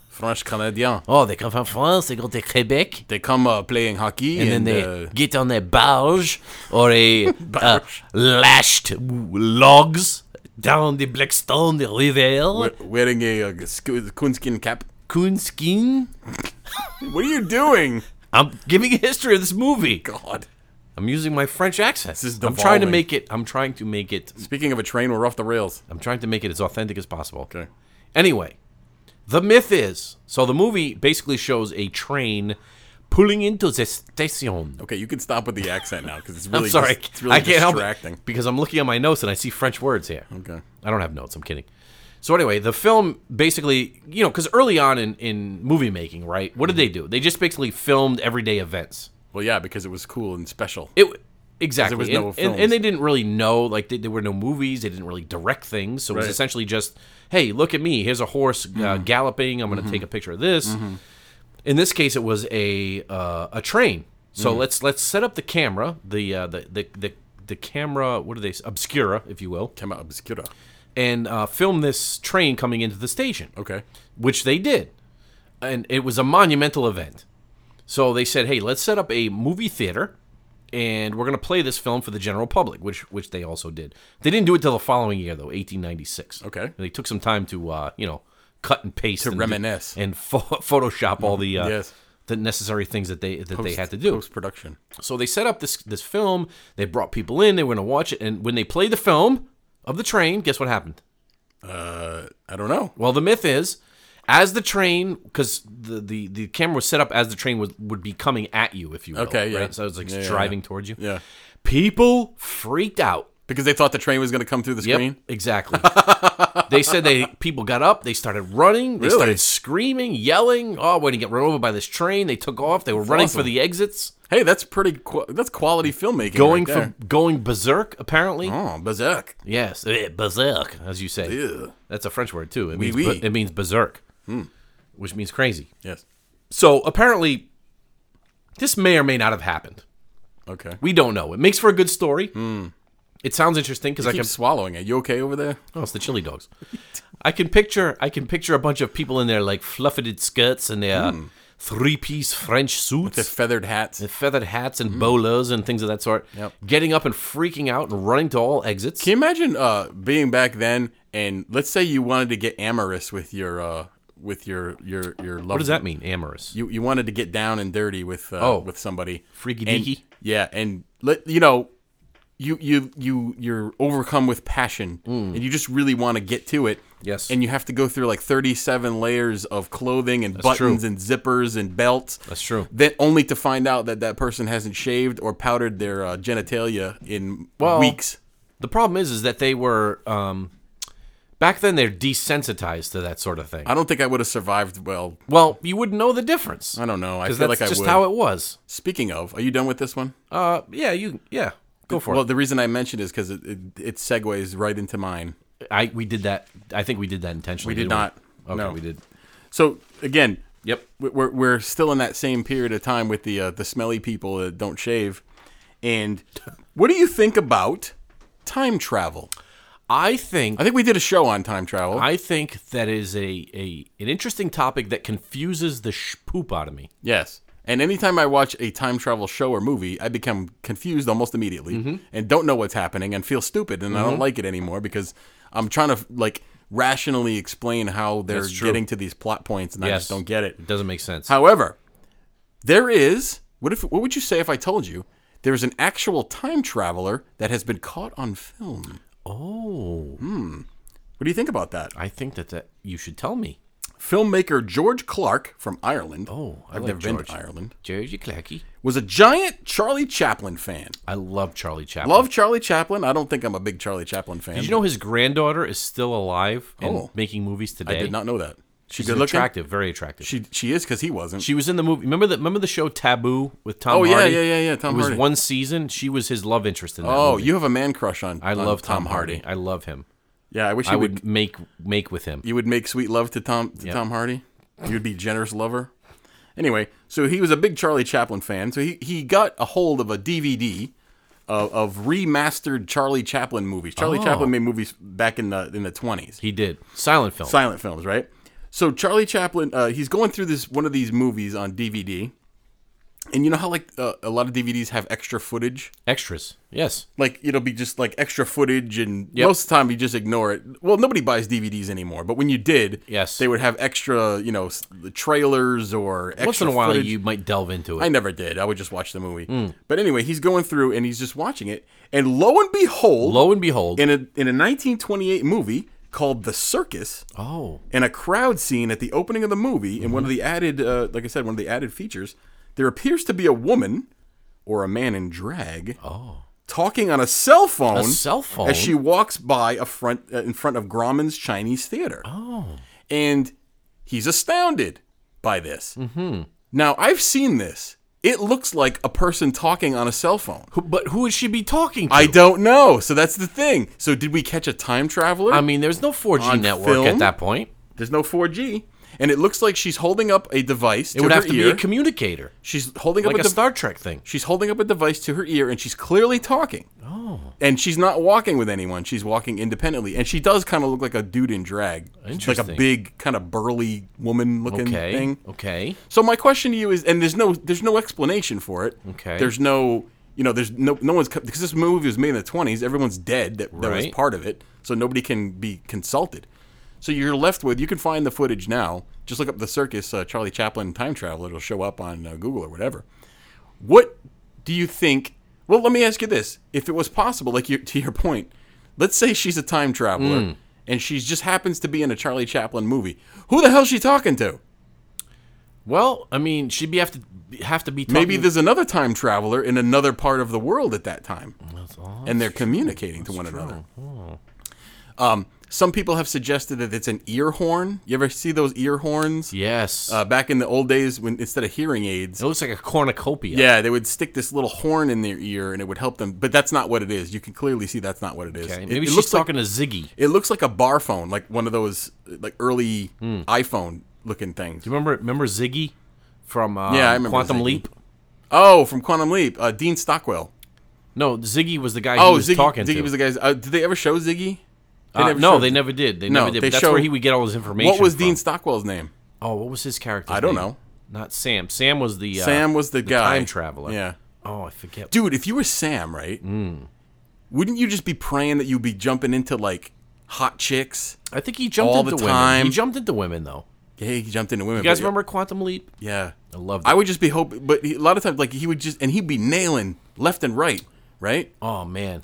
Speaker 2: French Canadien.
Speaker 4: Oh, they come from France, they go to Quebec,
Speaker 2: They come uh, playing hockey
Speaker 4: and,
Speaker 2: and,
Speaker 4: then they
Speaker 2: uh,
Speaker 4: get on a barge or a uh, lashed logs down the Blackstone River.
Speaker 2: we- wearing a, uh sk- coonskin cap.
Speaker 4: Coonskin.
Speaker 2: What are you doing?
Speaker 1: I'm giving a history of this movie.
Speaker 2: God.
Speaker 1: I'm using my French accent.
Speaker 2: This is
Speaker 1: I'm trying to
Speaker 2: devolving.
Speaker 1: make it. I'm trying to make it.
Speaker 2: Speaking of a train, we're off the rails.
Speaker 1: I'm trying to make it as authentic as possible.
Speaker 2: Okay.
Speaker 1: Anyway, the myth is so the movie basically shows a train pulling into the station.
Speaker 2: Okay, you can stop with the accent now because it's really
Speaker 1: I'm sorry,
Speaker 2: dis- it's really
Speaker 1: I can't help
Speaker 2: distracting.
Speaker 1: it because I'm looking at my notes and I see French words here.
Speaker 2: Okay.
Speaker 1: I don't have notes. I'm kidding. So anyway, the film basically, you know, because early on in in movie making, right?
Speaker 2: Mm-hmm.
Speaker 1: What did they do? They just basically filmed everyday events.
Speaker 2: Well, yeah, because it was cool and special.
Speaker 1: It exactly.
Speaker 2: was
Speaker 1: and,
Speaker 2: no
Speaker 1: and-
Speaker 2: films.
Speaker 1: and they didn't really know like they, there were no movies. They didn't really direct things, so it was
Speaker 2: Right. Mm-hmm.
Speaker 1: essentially just, hey, look at me. Here's a horse uh, galloping. I'm going to take a picture of this. In this case, it was a uh, a train. So
Speaker 2: Mm.
Speaker 1: let's let's set up the camera, the uh, the, the the the camera. What do they s- obscura, if you will,
Speaker 2: Tema obscura.
Speaker 1: and uh, film this train coming into the station
Speaker 2: Okay.
Speaker 1: which they did. And it was a monumental event. So they said, "Hey, let's set up a movie theater and we're going to play this film for the general public," which which they also did. They didn't do it till the following year though, 1896.
Speaker 2: Okay.
Speaker 1: They took some time to uh, you know, cut and paste to and
Speaker 2: reminisce.
Speaker 1: and pho- photoshop all the uh,
Speaker 2: Yes.
Speaker 1: the necessary things that they that they
Speaker 2: Post-
Speaker 1: had to do.
Speaker 2: post-production.
Speaker 1: So they set up this this film, they brought people in, they were going to watch it and when they played the film of the train, guess what happened?
Speaker 2: Uh, I don't know.
Speaker 1: Well, the myth is, as the train, because the, the the camera was set up as the train would would be coming at you, if you will.
Speaker 2: Okay, yeah.
Speaker 1: Right? So it's like
Speaker 2: Yeah, yeah,
Speaker 1: driving
Speaker 2: yeah.
Speaker 1: towards you.
Speaker 2: Yeah.
Speaker 1: People freaked out.
Speaker 2: Because they thought the train was going to come through the
Speaker 1: Yep,
Speaker 2: screen.
Speaker 1: exactly. they said they people got up, they started running, they
Speaker 2: Really?
Speaker 1: started screaming, yelling. Oh, we're gonna get run over by this train. They took off. They were running for
Speaker 2: awesome.
Speaker 1: the exits,
Speaker 2: Hey, that's pretty. Qu- that's quality filmmaking.
Speaker 1: going
Speaker 2: right
Speaker 1: for going berserk. Apparently,
Speaker 2: there. Oh, berserk.
Speaker 1: yes, eh, berserk, as you say.
Speaker 2: Ew.
Speaker 1: That's a French word too. It
Speaker 2: Oui,
Speaker 1: means
Speaker 2: oui.
Speaker 1: it means berserk,
Speaker 2: Hmm.
Speaker 1: which means crazy.
Speaker 2: Yes.
Speaker 1: So apparently, this may or may not have happened.
Speaker 2: Okay.
Speaker 1: We don't know. It makes for a good story. Hmm. It sounds interesting because I
Speaker 2: Keep
Speaker 1: can.
Speaker 2: swallowing it. You okay over there?
Speaker 1: Oh, it's the chili dogs. I can picture. I can picture a bunch of people in their like fluffeted skirts and their three-piece French suits.
Speaker 2: The feathered hats.
Speaker 1: and feathered hats and bolos and things of that sort,
Speaker 2: Yep.
Speaker 1: getting up and freaking out and running to all exits.
Speaker 2: Can you imagine uh, being back then and let's say you wanted to get amorous with your uh, with your your your loved
Speaker 1: what does that mean, amorous?
Speaker 2: You you wanted to get down and dirty with uh,
Speaker 1: Oh.
Speaker 2: with somebody.
Speaker 1: Freaky
Speaker 2: And-
Speaker 1: deaky?
Speaker 2: Yeah, and let you know you you you you're overcome with passion and you just really want to get to it.
Speaker 1: Hmm. Yes.
Speaker 2: And you have to go through like 37 layers of clothing and buttons and zippers and belts.
Speaker 1: That's true.
Speaker 2: That only to find out that that person hasn't shaved or powdered their uh, genitalia in
Speaker 1: Well,
Speaker 2: weeks.
Speaker 1: The problem is, is that they were um, back then. They're desensitized to that sort of thing.
Speaker 2: I don't think I would have survived well.
Speaker 1: Well, you wouldn't know the difference.
Speaker 2: I don't know. I
Speaker 1: Because
Speaker 2: feel
Speaker 1: that's
Speaker 2: like I
Speaker 1: just
Speaker 2: would.
Speaker 1: how it was.
Speaker 2: Speaking of, are you done with this one?
Speaker 1: Uh, yeah, you, yeah, go for
Speaker 2: well,
Speaker 1: it.
Speaker 2: the reason I mentioned is because it, it, it segues right into mine.
Speaker 1: I we did that. I think we did that intentionally.
Speaker 2: We did
Speaker 1: didn't
Speaker 2: not.
Speaker 1: Okay,
Speaker 2: No.
Speaker 1: we did.
Speaker 2: So again,
Speaker 1: Yep.
Speaker 2: we- we're we're still in that same period of time with the uh, the smelly people that don't shave. And what do you think about time travel?
Speaker 1: I think
Speaker 2: I think we did a show on time travel.
Speaker 1: I think that is a, a an interesting topic that confuses the sh- poop out of me.
Speaker 2: yes. And anytime I watch a time travel show or movie, I become confused almost immediately
Speaker 1: Mm-hmm.
Speaker 2: and don't know what's happening and feel stupid and I don't like it anymore because I'm trying to like rationally explain how they're
Speaker 1: true.
Speaker 2: getting to these plot points and I just don't get it.
Speaker 1: It doesn't make sense.
Speaker 2: However, there is what if what would you say if I told you there's an actual time traveler that has been caught on film?
Speaker 1: oh,
Speaker 2: What do you think about that?
Speaker 1: I think that that you should tell me.
Speaker 2: Filmmaker George Clark from Ireland.
Speaker 1: Oh, I
Speaker 2: I've
Speaker 1: like
Speaker 2: never been
Speaker 1: George.
Speaker 2: to Ireland.
Speaker 1: Georgie Clacky.
Speaker 2: Was a giant Charlie Chaplin fan.
Speaker 1: I love Charlie Chaplin.
Speaker 2: Love Charlie Chaplin. I don't think I'm a big Charlie Chaplin fan.
Speaker 1: Did you know his granddaughter is still alive and
Speaker 2: Oh.
Speaker 1: making movies today?
Speaker 2: I did not know that. She's
Speaker 1: She's
Speaker 2: good looking.
Speaker 1: attractive, very attractive.
Speaker 2: She she is because he wasn't.
Speaker 1: She was in the movie. Remember the remember the show Taboo with Tom
Speaker 2: Oh, yeah,
Speaker 1: Hardy?
Speaker 2: yeah, yeah, yeah, Tom
Speaker 1: it was
Speaker 2: Hardy.
Speaker 1: one season. She was his love interest in that.
Speaker 2: oh,
Speaker 1: movie.
Speaker 2: you have a man crush on.
Speaker 1: I
Speaker 2: on
Speaker 1: love Tom, Hardy. I love him.
Speaker 2: Yeah, I wish
Speaker 1: I
Speaker 2: you would
Speaker 1: would make make with him.
Speaker 2: You would make sweet love to Tom to Tom Hardy. You'd be generous lover. Anyway, so he was a big Charlie Chaplin fan. So he, he got a hold of a DVD of, of remastered Charlie Chaplin movies.
Speaker 1: Oh.
Speaker 2: Charlie Chaplin made movies back in the in the twenties,
Speaker 1: He did silent film.
Speaker 2: silent films, right? So Charlie Chaplin, uh, he's going through this one of these movies on DVD, and you know how like uh, a lot of DVDs have extra footage
Speaker 1: Extras. Yes.
Speaker 2: like it'll be just like extra footage and
Speaker 1: Yep.
Speaker 2: most of the time you just ignore it well nobody buys dvds anymore but when you did
Speaker 1: Yes.
Speaker 2: they would have extra you know s- the trailers or extra
Speaker 1: Once in a while,
Speaker 2: footage.
Speaker 1: you Hmm. might delve into it.
Speaker 2: i never did i would just watch the movie but anyway he's going through and he's just watching it and lo and behold
Speaker 1: Lo and behold.
Speaker 2: in a in a 1928 movie called the circus
Speaker 1: oh.
Speaker 2: in a crowd scene at the opening of the movie in one
Speaker 1: Mm-hmm.
Speaker 2: of the added uh, like i said one of the added features there appears to be a woman or a man in drag talking on a cell phone
Speaker 1: Oh. A cell phone?
Speaker 2: as she walks by a front uh, in front of Grauman's Chinese Theater. Oh. And he's astounded by this. Mm-hmm. Now, I've seen this. It looks like a person talking on a cell phone.
Speaker 1: Who, but who would she be talking to?
Speaker 2: I don't know. So that's the thing. So did we catch a time traveler?
Speaker 1: I mean, there's no 4G
Speaker 2: On
Speaker 1: network
Speaker 2: film?
Speaker 1: at that point.
Speaker 2: There's no 4G. And it looks like she's holding up a device
Speaker 1: It
Speaker 2: to
Speaker 1: would
Speaker 2: her
Speaker 1: have to
Speaker 2: ear.
Speaker 1: be a communicator,
Speaker 2: she's holding up
Speaker 1: like
Speaker 2: a,
Speaker 1: a
Speaker 2: device.
Speaker 1: Star Trek thing.
Speaker 2: She's holding up a device to her ear and she's clearly talking. Oh. And she's not walking with anyone. She's walking independently. And she does kind of look like a dude in drag. She's Like a
Speaker 1: Interesting.
Speaker 2: big, kind of burly woman looking
Speaker 1: Okay.
Speaker 2: thing.
Speaker 1: Okay.
Speaker 2: So my question to you is and there's no there's no explanation for it.
Speaker 1: Okay.
Speaker 2: There's no you know, there's no no one's co- because this movie was made in the twenties, everyone's dead that, that was
Speaker 1: Right.
Speaker 2: part of it. So nobody can be consulted. So you're left with you can find the footage now. Just look up the circus uh, Charlie Chaplin time travel. It'll show up on uh, Google or whatever. What do you think? Well, let me ask you this: If it was possible, like you, to your point, let's say she's a time traveler
Speaker 1: Hmm.
Speaker 2: and she just happens to be in a Charlie Chaplin movie. Who the hell is she talking to?
Speaker 1: Well, I mean, she'd be have to have to be talking
Speaker 2: Maybe there's another time traveler in another part of the world at that time, and they're communicating to one another. Hmm. Um, some people have suggested that it's an ear horn. You ever see those ear horns?
Speaker 1: Yes.
Speaker 2: Uh, back in the old days, when instead of hearing aids,
Speaker 1: it looks like a cornucopia.
Speaker 2: Oh, Yeah, they would stick this little horn in their ear and it would help them. But that's not what it is. You can clearly see that's not what it is.
Speaker 1: Okay.
Speaker 2: It-
Speaker 1: Maybe
Speaker 2: it,
Speaker 1: she's
Speaker 2: looks
Speaker 1: talking
Speaker 2: like,
Speaker 1: to Ziggy.
Speaker 2: It looks like a bar phone, like one of those like early iPhone looking things.
Speaker 1: Do you remember remember Ziggy from uh,
Speaker 2: Yeah, I remember
Speaker 1: Quantum
Speaker 2: Ziggy.
Speaker 1: Leap?
Speaker 2: Oh, from Quantum Leap, uh, Dean Stockwell.
Speaker 1: No, Ziggy was the guy.
Speaker 2: Oh,
Speaker 1: he was
Speaker 2: Ziggy,
Speaker 1: talking
Speaker 2: Ziggy
Speaker 1: to.
Speaker 2: was the guy. Uh, did they ever show Ziggy? They
Speaker 1: Uh,
Speaker 2: never
Speaker 1: no,
Speaker 2: showed
Speaker 1: they
Speaker 2: Ziggy.
Speaker 1: never did. They
Speaker 2: No,
Speaker 1: never did.
Speaker 2: they
Speaker 1: But that's
Speaker 2: show-
Speaker 1: where he would get all his information.
Speaker 2: What was
Speaker 1: from.
Speaker 2: Dean Stockwell's name?
Speaker 1: Oh, what was his character?
Speaker 2: I don't know.
Speaker 1: Not Sam. Sam was the uh,
Speaker 2: Sam was the, guy.
Speaker 1: time traveler. Hmm.
Speaker 2: Yeah.
Speaker 1: Oh, I forget.
Speaker 2: Dude, if you were Sam, right? Wouldn't you just be praying that you'd be jumping into like hot chicks?
Speaker 1: I think he jumped
Speaker 2: all
Speaker 1: into
Speaker 2: the
Speaker 1: women.
Speaker 2: time.
Speaker 1: He jumped into women though.
Speaker 2: Yeah, he jumped into women.
Speaker 1: You guys
Speaker 2: but-
Speaker 1: remember Quantum Leap?
Speaker 2: Yeah.
Speaker 1: I loved it.
Speaker 2: I would just be hoping, but he, a lot of times, like he would just, and he'd be nailing left and right, right?
Speaker 1: Oh man,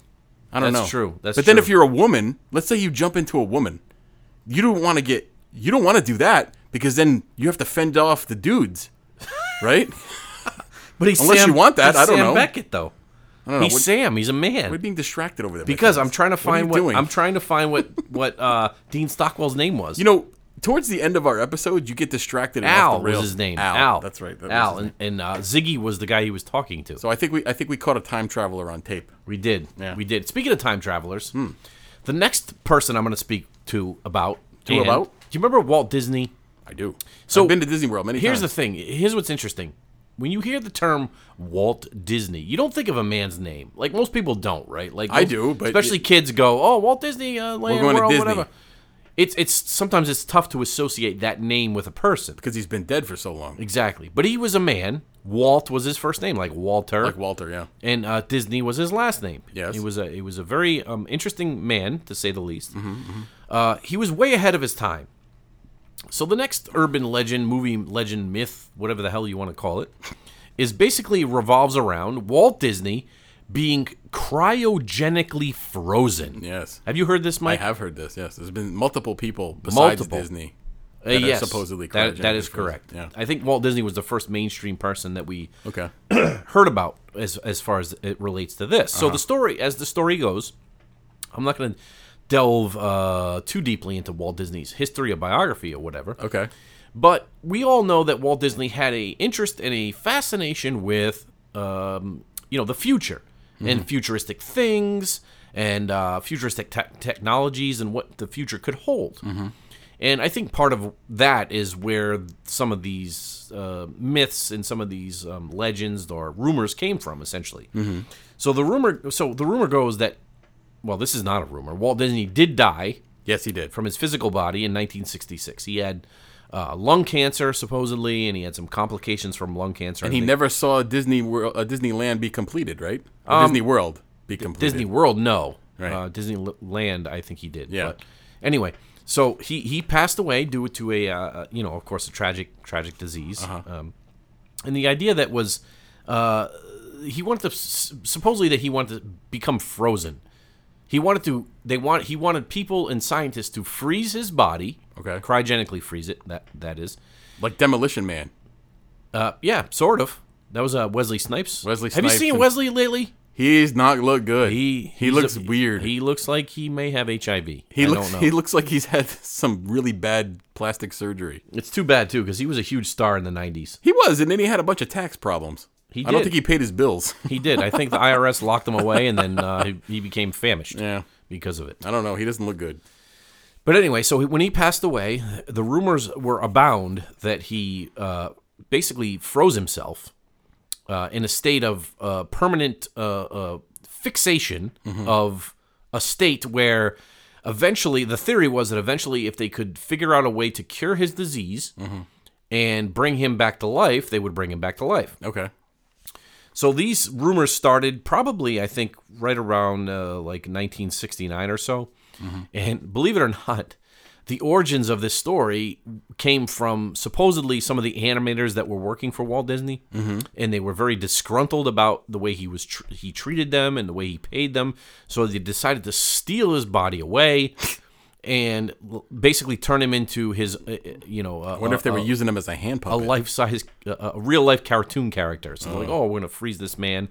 Speaker 2: I don't know.
Speaker 1: That's true. That's
Speaker 2: but then
Speaker 1: true.
Speaker 2: if you're a woman, let's say you jump into a woman, you don't want to get, you don't want to do that because then you have to fend off the dudes, right?
Speaker 1: but he's
Speaker 2: Unless
Speaker 1: Sam,
Speaker 2: you want that,
Speaker 1: he's
Speaker 2: I don't
Speaker 1: Sam
Speaker 2: know.
Speaker 1: Beckett though.
Speaker 2: know.
Speaker 1: He's
Speaker 2: What-
Speaker 1: Sam. He's a
Speaker 2: We're
Speaker 1: man.
Speaker 2: being distracted over there by
Speaker 1: Because
Speaker 2: things.
Speaker 1: I'm trying to
Speaker 2: are
Speaker 1: find
Speaker 2: you
Speaker 1: what,
Speaker 2: doing?
Speaker 1: I'm trying to find what what uh, Dean Stockwell's name was.
Speaker 2: You know, towards the end of our episode, you get distracted. and off
Speaker 1: Al
Speaker 2: the rails.
Speaker 1: was his name.
Speaker 2: Al.
Speaker 1: Al.
Speaker 2: That's right. that was
Speaker 1: Al
Speaker 2: his name.
Speaker 1: and, and uh, Ziggy was the guy he was talking to.
Speaker 2: So I think we, I think we caught a time traveler on tape.
Speaker 1: We did.
Speaker 2: Yeah. Hmm.
Speaker 1: We did. Speaking of time travelers, the next person I'm going to speak to about
Speaker 2: To about?
Speaker 1: Do you remember Walt Disney?
Speaker 2: I do.
Speaker 1: So-
Speaker 2: I've been to Disney World many
Speaker 1: Here's the
Speaker 2: times.
Speaker 1: thing. Here's what's interesting. When you hear the term Walt Disney, you don't think of a man's name. Like most people don't, right? Like
Speaker 2: I
Speaker 1: most-
Speaker 2: do, but
Speaker 1: especially
Speaker 2: it-
Speaker 1: kids go, "Oh, Walt Disney, uh, Land
Speaker 2: going to
Speaker 1: World,
Speaker 2: Disney.
Speaker 1: whatever." It's it's sometimes it's tough to associate that name with a person.
Speaker 2: because he's been dead for so long.
Speaker 1: Exactly. But he was a man. Walt was his first name, like Walter.
Speaker 2: Like Walter, yeah.
Speaker 1: and uh, Disney was his last name.
Speaker 2: Yes.
Speaker 1: he was a he was a very um, interesting man to say the least.
Speaker 2: Mm-hmm,
Speaker 1: Uh, he was way ahead of his time. So the next urban legend, movie legend, myth, whatever the hell you want to call it, is basically revolves around Walt Disney being cryogenically frozen.
Speaker 2: Yes.
Speaker 1: Have you heard this,
Speaker 2: I
Speaker 1: Mike?
Speaker 2: have heard this. Yes, there's been multiple people besides
Speaker 1: Multiple.
Speaker 2: Disney.
Speaker 1: Uh,
Speaker 2: that are
Speaker 1: yes,
Speaker 2: supposedly
Speaker 1: that, that is
Speaker 2: cryogenically frozen.
Speaker 1: correct.
Speaker 2: Yeah.
Speaker 1: I think Walt Disney was the first mainstream person that we
Speaker 2: Okay.
Speaker 1: heard about as as far as it relates to this. So the story, as the story goes, I'm not going to delve uh, too deeply into Walt Disney's history or biography or whatever.
Speaker 2: Okay.
Speaker 1: But we all know that Walt Disney had a interest and a fascination with, um, you know, the future and futuristic things and uh, futuristic tech technologies and what the future could hold. And I think part of that is where some of these uh, myths and some of these um, legends or rumors came from, essentially. So the rumor, so the rumor goes that, well, this is not a rumor. Walt Disney did die
Speaker 2: Yes, he did.
Speaker 1: from his physical body in 1966. He had uh, lung cancer supposedly, and he had some complications from lung cancer.
Speaker 2: and
Speaker 1: I
Speaker 2: he
Speaker 1: think.
Speaker 2: never saw Disney World, uh, Disneyland be completed, right? Or Disney World be completed.
Speaker 1: Um, Disney World, no.
Speaker 2: Right.
Speaker 1: Uh, Disneyland, I think he did.
Speaker 2: Yeah.
Speaker 1: But anyway, so he he passed away due to a uh, uh, you know of course a tragic tragic disease,
Speaker 2: Uh-huh.
Speaker 1: um, and the idea that was uh, he wanted to s- supposedly that he wanted to become frozen. He wanted to. They want. He wanted people and scientists to freeze his body.
Speaker 2: Okay.
Speaker 1: Cryogenically freeze it. That that is.
Speaker 2: like Demolition Man.
Speaker 1: Uh, yeah, sort of. That was uh, Wesley Snipes.
Speaker 2: Wesley
Speaker 1: Have you
Speaker 2: Snipes
Speaker 1: seen
Speaker 2: and-
Speaker 1: Wesley lately?
Speaker 2: He's not look good. He he
Speaker 1: he's
Speaker 2: looks
Speaker 1: a-
Speaker 2: weird.
Speaker 1: He looks like he may have HIV. I
Speaker 2: He looks
Speaker 1: don't know.
Speaker 2: he looks like he's had some really bad plastic surgery.
Speaker 1: it's too bad too because he was a huge star in the '90s.
Speaker 2: He was, and then he had a bunch of tax problems.
Speaker 1: He
Speaker 2: I don't
Speaker 1: did.
Speaker 2: think he paid his bills.
Speaker 1: He did. I think the IRS locked him away, and then uh, he, he became famished
Speaker 2: yeah.
Speaker 1: because of it.
Speaker 2: I don't know. He doesn't look good.
Speaker 1: But anyway, so when he passed away, the rumors were abound that he uh, basically froze himself uh, in a state of uh, permanent uh, uh, fixation of a state where eventually the theory was that eventually, if they could figure out a way to cure his disease and bring him back to life, they would bring him back to life.
Speaker 2: Okay.
Speaker 1: So these rumors started probably, I think, right around uh, like 1969 or so. And believe it or not, the origins of this story came from supposedly some of the animators that were working for Walt Disney, and they were very disgruntled about the way he was tr- he treated them and the way he paid them. So they decided to steal his body away. And l- basically turn him into his, uh, uh, you know. Uh,
Speaker 2: I wonder if they were using him as a hand
Speaker 1: a
Speaker 2: puppet.
Speaker 1: life size, a, a real life cartoon character. So they're
Speaker 2: Mm.
Speaker 1: like, oh, we're gonna freeze this man.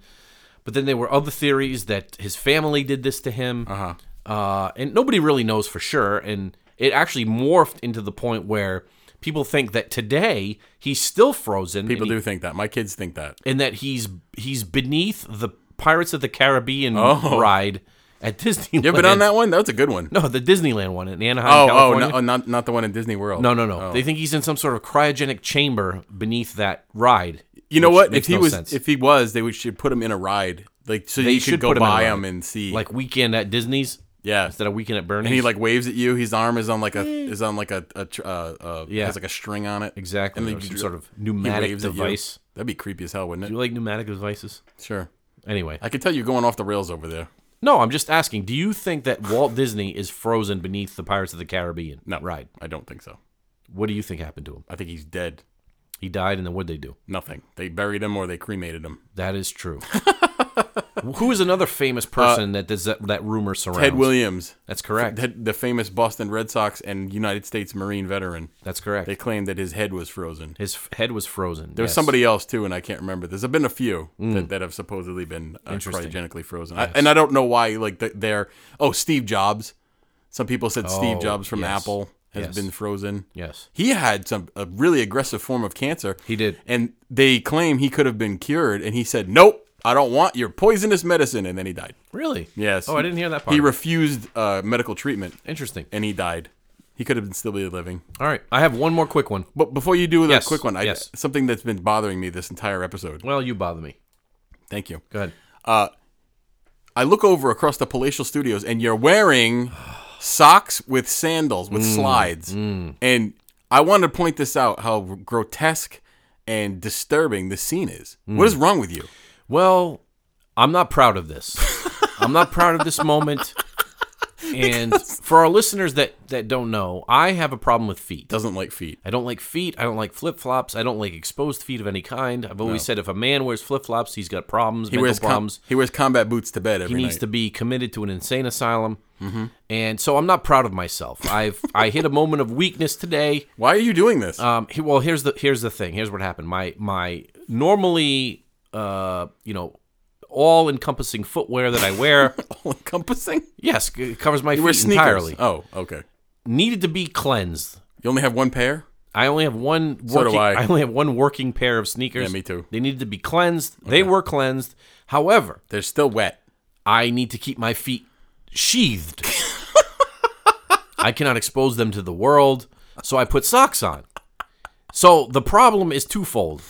Speaker 1: But then there were other theories that his family did this to him, uh-huh. and nobody really knows for sure. And it actually morphed into the point where people think that today he's still frozen.
Speaker 2: People
Speaker 1: and
Speaker 2: do think that. My kids think that.
Speaker 1: and that he's he's beneath the Pirates of the Caribbean
Speaker 2: Oh.
Speaker 1: ride at Disneyland.
Speaker 2: You ever been on that one? That was a good one.
Speaker 1: No, the Disneyland one in Anaheim,
Speaker 2: oh, oh,
Speaker 1: California.
Speaker 2: no, oh, not not the one in Disney World.
Speaker 1: no, no, no. They think he's in some sort of cryogenic chamber beneath that ride.
Speaker 2: You know
Speaker 1: which
Speaker 2: what?
Speaker 1: makes
Speaker 2: If he
Speaker 1: no
Speaker 2: was,
Speaker 1: sense.
Speaker 2: if he was, they would should put him in a ride Like so,
Speaker 1: They
Speaker 2: you
Speaker 1: should
Speaker 2: could go
Speaker 1: put him in
Speaker 2: buy
Speaker 1: line.
Speaker 2: him and see.
Speaker 1: like weekend at Disney's
Speaker 2: yeah,
Speaker 1: instead of weekend at Bernie's.
Speaker 2: and he like waves at you. His arm is on like a is on like a, a tr- uh, uh,
Speaker 1: Yeah.
Speaker 2: has like a string on it.
Speaker 1: exactly
Speaker 2: And
Speaker 1: or
Speaker 2: then
Speaker 1: some
Speaker 2: you-
Speaker 1: sort of
Speaker 2: he
Speaker 1: pneumatic
Speaker 2: waves at you.
Speaker 1: device.
Speaker 2: That'd be creepy as hell,
Speaker 1: Do
Speaker 2: wouldn't it?
Speaker 1: you like pneumatic devices?
Speaker 2: Sure.
Speaker 1: Anyway,
Speaker 2: I could tell you're going off the rails over there.
Speaker 1: no, I'm just asking. Do you think that Walt Disney is frozen beneath the Pirates of the Caribbean
Speaker 2: No,
Speaker 1: ride?
Speaker 2: I don't think so.
Speaker 1: What do you think happened to him?
Speaker 2: I think he's dead.
Speaker 1: He died, and then what would they do?
Speaker 2: Nothing. They buried him or they cremated him.
Speaker 1: That is true. Who is another famous person that does that, that rumor surrounds?
Speaker 2: Uh, Ted Williams,
Speaker 1: That's correct.
Speaker 2: the, the famous Boston Red Sox and United States Marine veteran,
Speaker 1: That's correct.
Speaker 2: they claimed that his head was frozen.
Speaker 1: His f- head was frozen.
Speaker 2: There was somebody else too, and I can't remember. There's been a few that, that have supposedly been uh,
Speaker 1: Mm. Interesting.
Speaker 2: cryogenically frozen, I, and I don't know why. Like th- they're oh Steve Jobs. Some people said
Speaker 1: Oh,
Speaker 2: Steve Jobs from
Speaker 1: yes.
Speaker 2: Apple has
Speaker 1: Yes.
Speaker 2: been frozen.
Speaker 1: Yes.
Speaker 2: He had some a really aggressive form of cancer.
Speaker 1: He did.
Speaker 2: and they claim he could have been cured, and he said, "Nope, I don't want your poisonous medicine," and then he died.
Speaker 1: Really?
Speaker 2: Yes.
Speaker 1: Oh, I didn't hear that part.
Speaker 2: He refused uh, medical treatment,
Speaker 1: Interesting.
Speaker 2: and he died. He could have been still be living.
Speaker 1: All right. I have one more quick one.
Speaker 2: But before you do the
Speaker 1: Yes,
Speaker 2: quick one, I,
Speaker 1: yes.
Speaker 2: something that's been bothering me this entire episode.
Speaker 1: Well, you bother me.
Speaker 2: Thank you.
Speaker 1: Go ahead.
Speaker 2: I look over across the Palatial Studios, and you're wearing socks with sandals with
Speaker 1: Mm,
Speaker 2: slides. And I want to point this out: how grotesque and disturbing the scene is.
Speaker 1: Mm.
Speaker 2: What is wrong with you?
Speaker 1: Well, I'm not proud of this. I'm not proud of this moment. And for our listeners that, that don't know, I have a problem with feet.
Speaker 2: Doesn't like feet.
Speaker 1: I don't like feet. I don't like flip flops. I don't like exposed feet of any kind. I've always said if a man wears flip flops, he's got problems,
Speaker 2: He
Speaker 1: mental
Speaker 2: wears com-
Speaker 1: problems.
Speaker 2: he wears combat boots to bed every
Speaker 1: he needs
Speaker 2: night. Mm-hmm.
Speaker 1: to be committed to an insane asylum. And so I'm not proud of myself. I've I hit a moment of weakness today.
Speaker 2: Why are you doing this?
Speaker 1: Um, he, well, here's the here's the thing. Here's what happened. My my normally, uh, you know, all encompassing footwear that I wear,
Speaker 2: All encompassing.
Speaker 1: yes, it covers my
Speaker 2: You wear
Speaker 1: feet
Speaker 2: sneakers.
Speaker 1: entirely.
Speaker 2: Oh, okay.
Speaker 1: Needed to be cleansed.
Speaker 2: You only have one pair.
Speaker 1: I only have one. Working,
Speaker 2: do I.
Speaker 1: only have one working pair of sneakers.
Speaker 2: Yeah, me too.
Speaker 1: They needed to be cleansed. They were cleansed. However,
Speaker 2: They're still wet.
Speaker 1: I need to keep my feet sheathed. I cannot expose them to the world, so I put socks on. So the problem is twofold.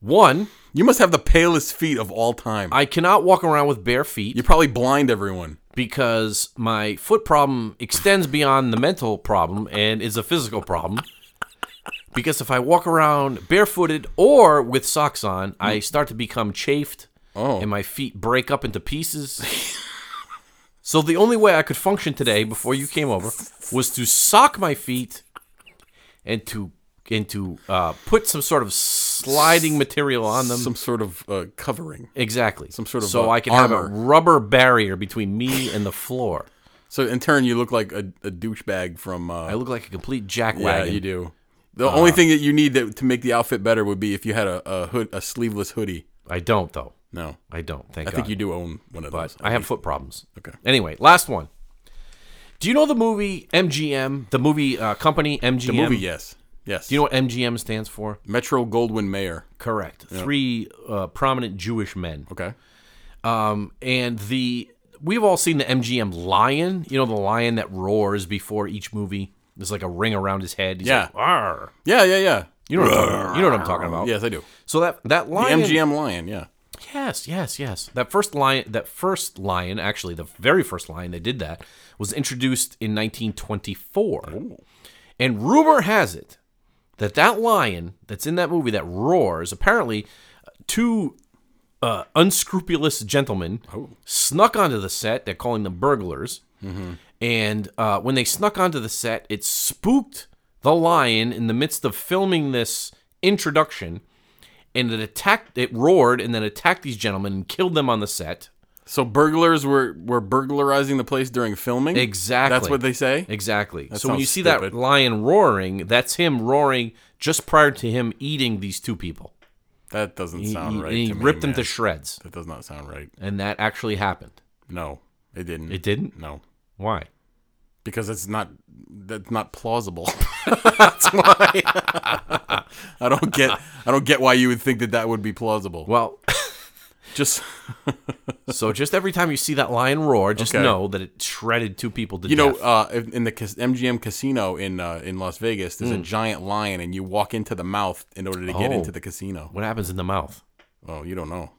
Speaker 1: One,
Speaker 2: You must have the palest feet of all time.
Speaker 1: I cannot walk around with bare feet
Speaker 2: you probably blind everyone.
Speaker 1: because my foot problem extends beyond the mental problem and is a physical problem. Because if I walk around barefooted or with socks on, I start to become chafed
Speaker 2: Oh.
Speaker 1: and my feet break up into pieces. so the only way I could function today before you came over was to sock my feet and to and to uh, put some sort of sliding material on them.
Speaker 2: Some sort of uh, covering.
Speaker 1: Exactly. Some
Speaker 2: sort of,
Speaker 1: so
Speaker 2: uh,
Speaker 1: I can have
Speaker 2: armor.
Speaker 1: a rubber barrier between me and the floor.
Speaker 2: So in turn, you look like a, a douchebag from. Uh,
Speaker 1: I look like Uh, a complete jackwagon.
Speaker 2: yeah, you do. The only thing that you need that, to make the outfit better would be if you had a, a hood, a sleeveless hoodie.
Speaker 1: I don't though.
Speaker 2: No,
Speaker 1: I don't. Thank
Speaker 2: I
Speaker 1: God.
Speaker 2: think you do own one of
Speaker 1: But
Speaker 2: those.
Speaker 1: I have foot problems.
Speaker 2: Okay.
Speaker 1: Anyway, last one. Do you know the movie MGM? The movie uh, company MGM.
Speaker 2: the movie, yes, yes.
Speaker 1: Do you know what MGM stands for?
Speaker 2: Metro Goldwyn Mayer.
Speaker 1: Correct. Three uh, prominent Jewish men.
Speaker 2: Okay,
Speaker 1: Um, and the we've all seen the MGM lion. You know the lion that roars before each movie. There's like a ring around his head. He's
Speaker 2: Yeah.
Speaker 1: Like, "Arr."
Speaker 2: yeah, yeah, yeah.
Speaker 1: You know, what I'm talking about. you know what I'm talking about.
Speaker 2: Yes, I do.
Speaker 1: So that that
Speaker 2: The
Speaker 1: lion,
Speaker 2: MGM Lion, yeah.
Speaker 1: yes, yes, yes. That first lion, that first lion, actually, the very first lion that did that was introduced in 1924, and rumor has it that that lion that's in that movie that roars apparently two uh, unscrupulous gentlemen snuck onto the set. They're calling them burglars, and uh, when they snuck onto the set, it spooked the lion in the midst of filming this introduction and it attacked it roared and then attacked these gentlemen and killed them on the set
Speaker 2: So burglars were were burglarizing the place during filming.
Speaker 1: exactly
Speaker 2: That's what they say.
Speaker 1: exactly so when
Speaker 2: sounds
Speaker 1: you see that
Speaker 2: stupid.
Speaker 1: lion roaring that's him roaring just prior to him eating these two people
Speaker 2: That doesn't
Speaker 1: he,
Speaker 2: sound
Speaker 1: he-
Speaker 2: right.
Speaker 1: he
Speaker 2: to me,
Speaker 1: ripped them
Speaker 2: man.
Speaker 1: to shreds
Speaker 2: That does not sound right.
Speaker 1: and that actually happened
Speaker 2: No, it didn't.
Speaker 1: it didn't
Speaker 2: No,
Speaker 1: why
Speaker 2: because it's not that's not plausible. that's why I don't get I don't get why you would think that that would be plausible.
Speaker 1: well
Speaker 2: Just
Speaker 1: so just every time you see that lion roar just
Speaker 2: Okay.
Speaker 1: know that it shredded two people to
Speaker 2: you know,
Speaker 1: death
Speaker 2: uh, in in the cas- MGM casino in uh, in Las Vegas, there's a giant lion, and you walk into the mouth in order to get
Speaker 1: Hmm. Oh.
Speaker 2: into the casino.
Speaker 1: what happens in the mouth
Speaker 2: Oh, you don't know.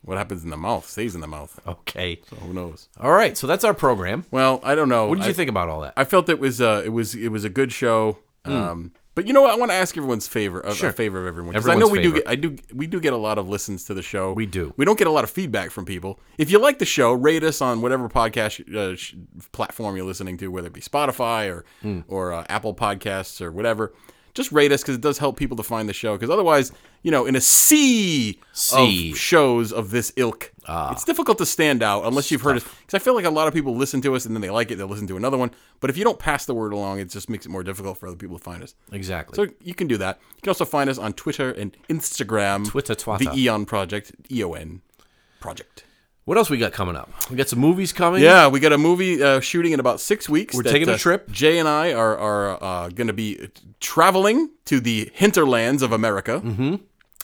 Speaker 2: What happens in the mouth stays in the mouth.
Speaker 1: Okay.
Speaker 2: Who knows?
Speaker 1: All right. So that's our program.
Speaker 2: Well, I don't know.
Speaker 1: What did you
Speaker 2: I-
Speaker 1: think about all that?
Speaker 2: I felt it was uh, it was it was a good show.
Speaker 1: Hmm.
Speaker 2: Um, but you know what? I want to ask everyone's favor of a favor of everyone. 'cause I know
Speaker 1: Everyone's
Speaker 2: we do
Speaker 1: favor.
Speaker 2: get I do we do get a lot of listens to the show. We
Speaker 1: do.
Speaker 2: We don't get a lot of feedback from people. If you like the show, rate us on whatever podcast uh, sh- platform you're listening to, whether it be Spotify or
Speaker 1: Hmm.
Speaker 2: or uh, Apple Podcasts or whatever. Just rate us because it does help people to find the show. Because otherwise, you know, in a sea,
Speaker 1: Sea.
Speaker 2: of shows of this ilk,
Speaker 1: Ah.
Speaker 2: it's difficult to stand out unless you've heard us. Because I feel like a lot of people listen to us and then they like it, they listen to another one. But if you don't pass the word along, it just makes it more difficult for other people to find us.
Speaker 1: Exactly.
Speaker 2: So you can do that. You can also find us on Twitter and Instagram.
Speaker 1: Twitter, twatter. Hmm.
Speaker 2: The Eon Project, E O N Project.
Speaker 1: what else we got coming up? We got some movies coming.
Speaker 2: Yeah, we got a movie uh, shooting in about six weeks. We're
Speaker 1: taking a trip.
Speaker 2: Jay and I are are uh, going to be traveling to the hinterlands of America. Mm-hmm.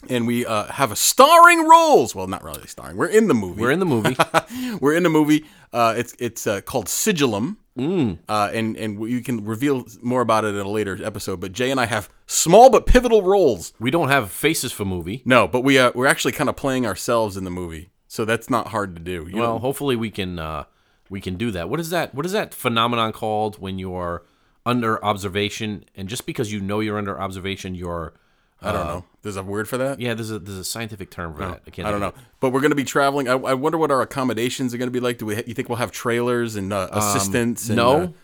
Speaker 2: And we uh, have a starring roles. Well, not really starring. We're in the movie.
Speaker 1: We're in the movie.
Speaker 2: We're in a movie. Uh, it's it's uh, called Sigilum,
Speaker 1: Mm.
Speaker 2: uh, and and we can reveal more about it in a later episode. But Jay and I have small but pivotal roles.
Speaker 1: we don't have faces for movie.
Speaker 2: No, but we uh, we're actually kind of playing ourselves in the movie, so that's not hard to do. You
Speaker 1: Well,
Speaker 2: know?
Speaker 1: hopefully we can uh, we can do that. What is that? What is that phenomenon called when you're under observation and just because you know you're under observation, you're
Speaker 2: I don't know. There's a word for that.
Speaker 1: uh, yeah. There's a there's a scientific term for that. I can't.
Speaker 2: I don't
Speaker 1: think
Speaker 2: know,
Speaker 1: of it.
Speaker 2: but we're going to be traveling. I, I wonder what our accommodations are going to be like. Do we? Ha- you think we'll have trailers and uh, assistants? and,
Speaker 1: Um, no.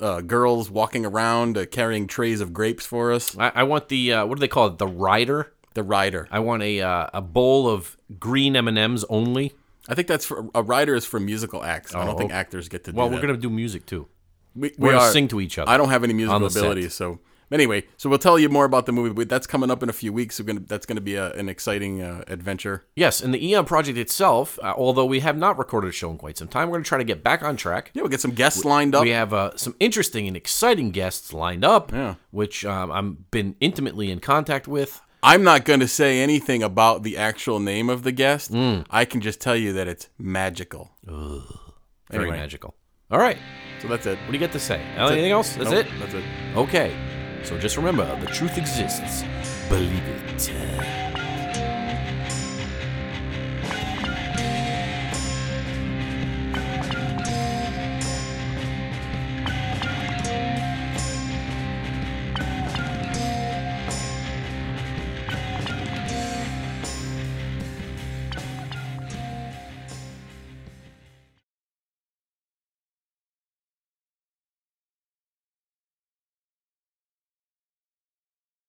Speaker 2: uh, uh, girls walking around uh, carrying trays of grapes for us.
Speaker 1: I, I want the uh, what do they call it? The rider.
Speaker 2: The rider.
Speaker 1: I want a uh, a bowl of green M and M's only.
Speaker 2: I think that's for a rider is for musical acts. I don't think actors get to.
Speaker 1: Oh, Well,
Speaker 2: do
Speaker 1: we're
Speaker 2: that.
Speaker 1: gonna do music too.
Speaker 2: we,
Speaker 1: We're
Speaker 2: we
Speaker 1: gonna
Speaker 2: are-
Speaker 1: sing to each other.
Speaker 2: I don't have any musical
Speaker 1: the set.
Speaker 2: ability, so anyway, so we'll tell you more about the movie. But that's coming up in a few weeks. We're gonna that's gonna be a, an exciting uh, adventure.
Speaker 1: Yes, and the Eon Project itself, uh, although we have not recorded a show in quite some time, we're going to try to get back on track.
Speaker 2: Yeah, we'll get some guests lined up.
Speaker 1: We have uh, some interesting and exciting guests lined up,
Speaker 2: Yeah.
Speaker 1: which um, I've been intimately in contact with.
Speaker 2: I'm not gonna say anything about the actual name of the guest.
Speaker 1: Hmm.
Speaker 2: I can just tell you that it's magical.
Speaker 1: Very
Speaker 2: Anyway.
Speaker 1: magical. All right,
Speaker 2: So that's it.
Speaker 1: what do you got to say? Anything else? That's
Speaker 2: Nope,
Speaker 1: it?
Speaker 2: That's it.
Speaker 1: Okay. So just remember the truth exists. Believe it.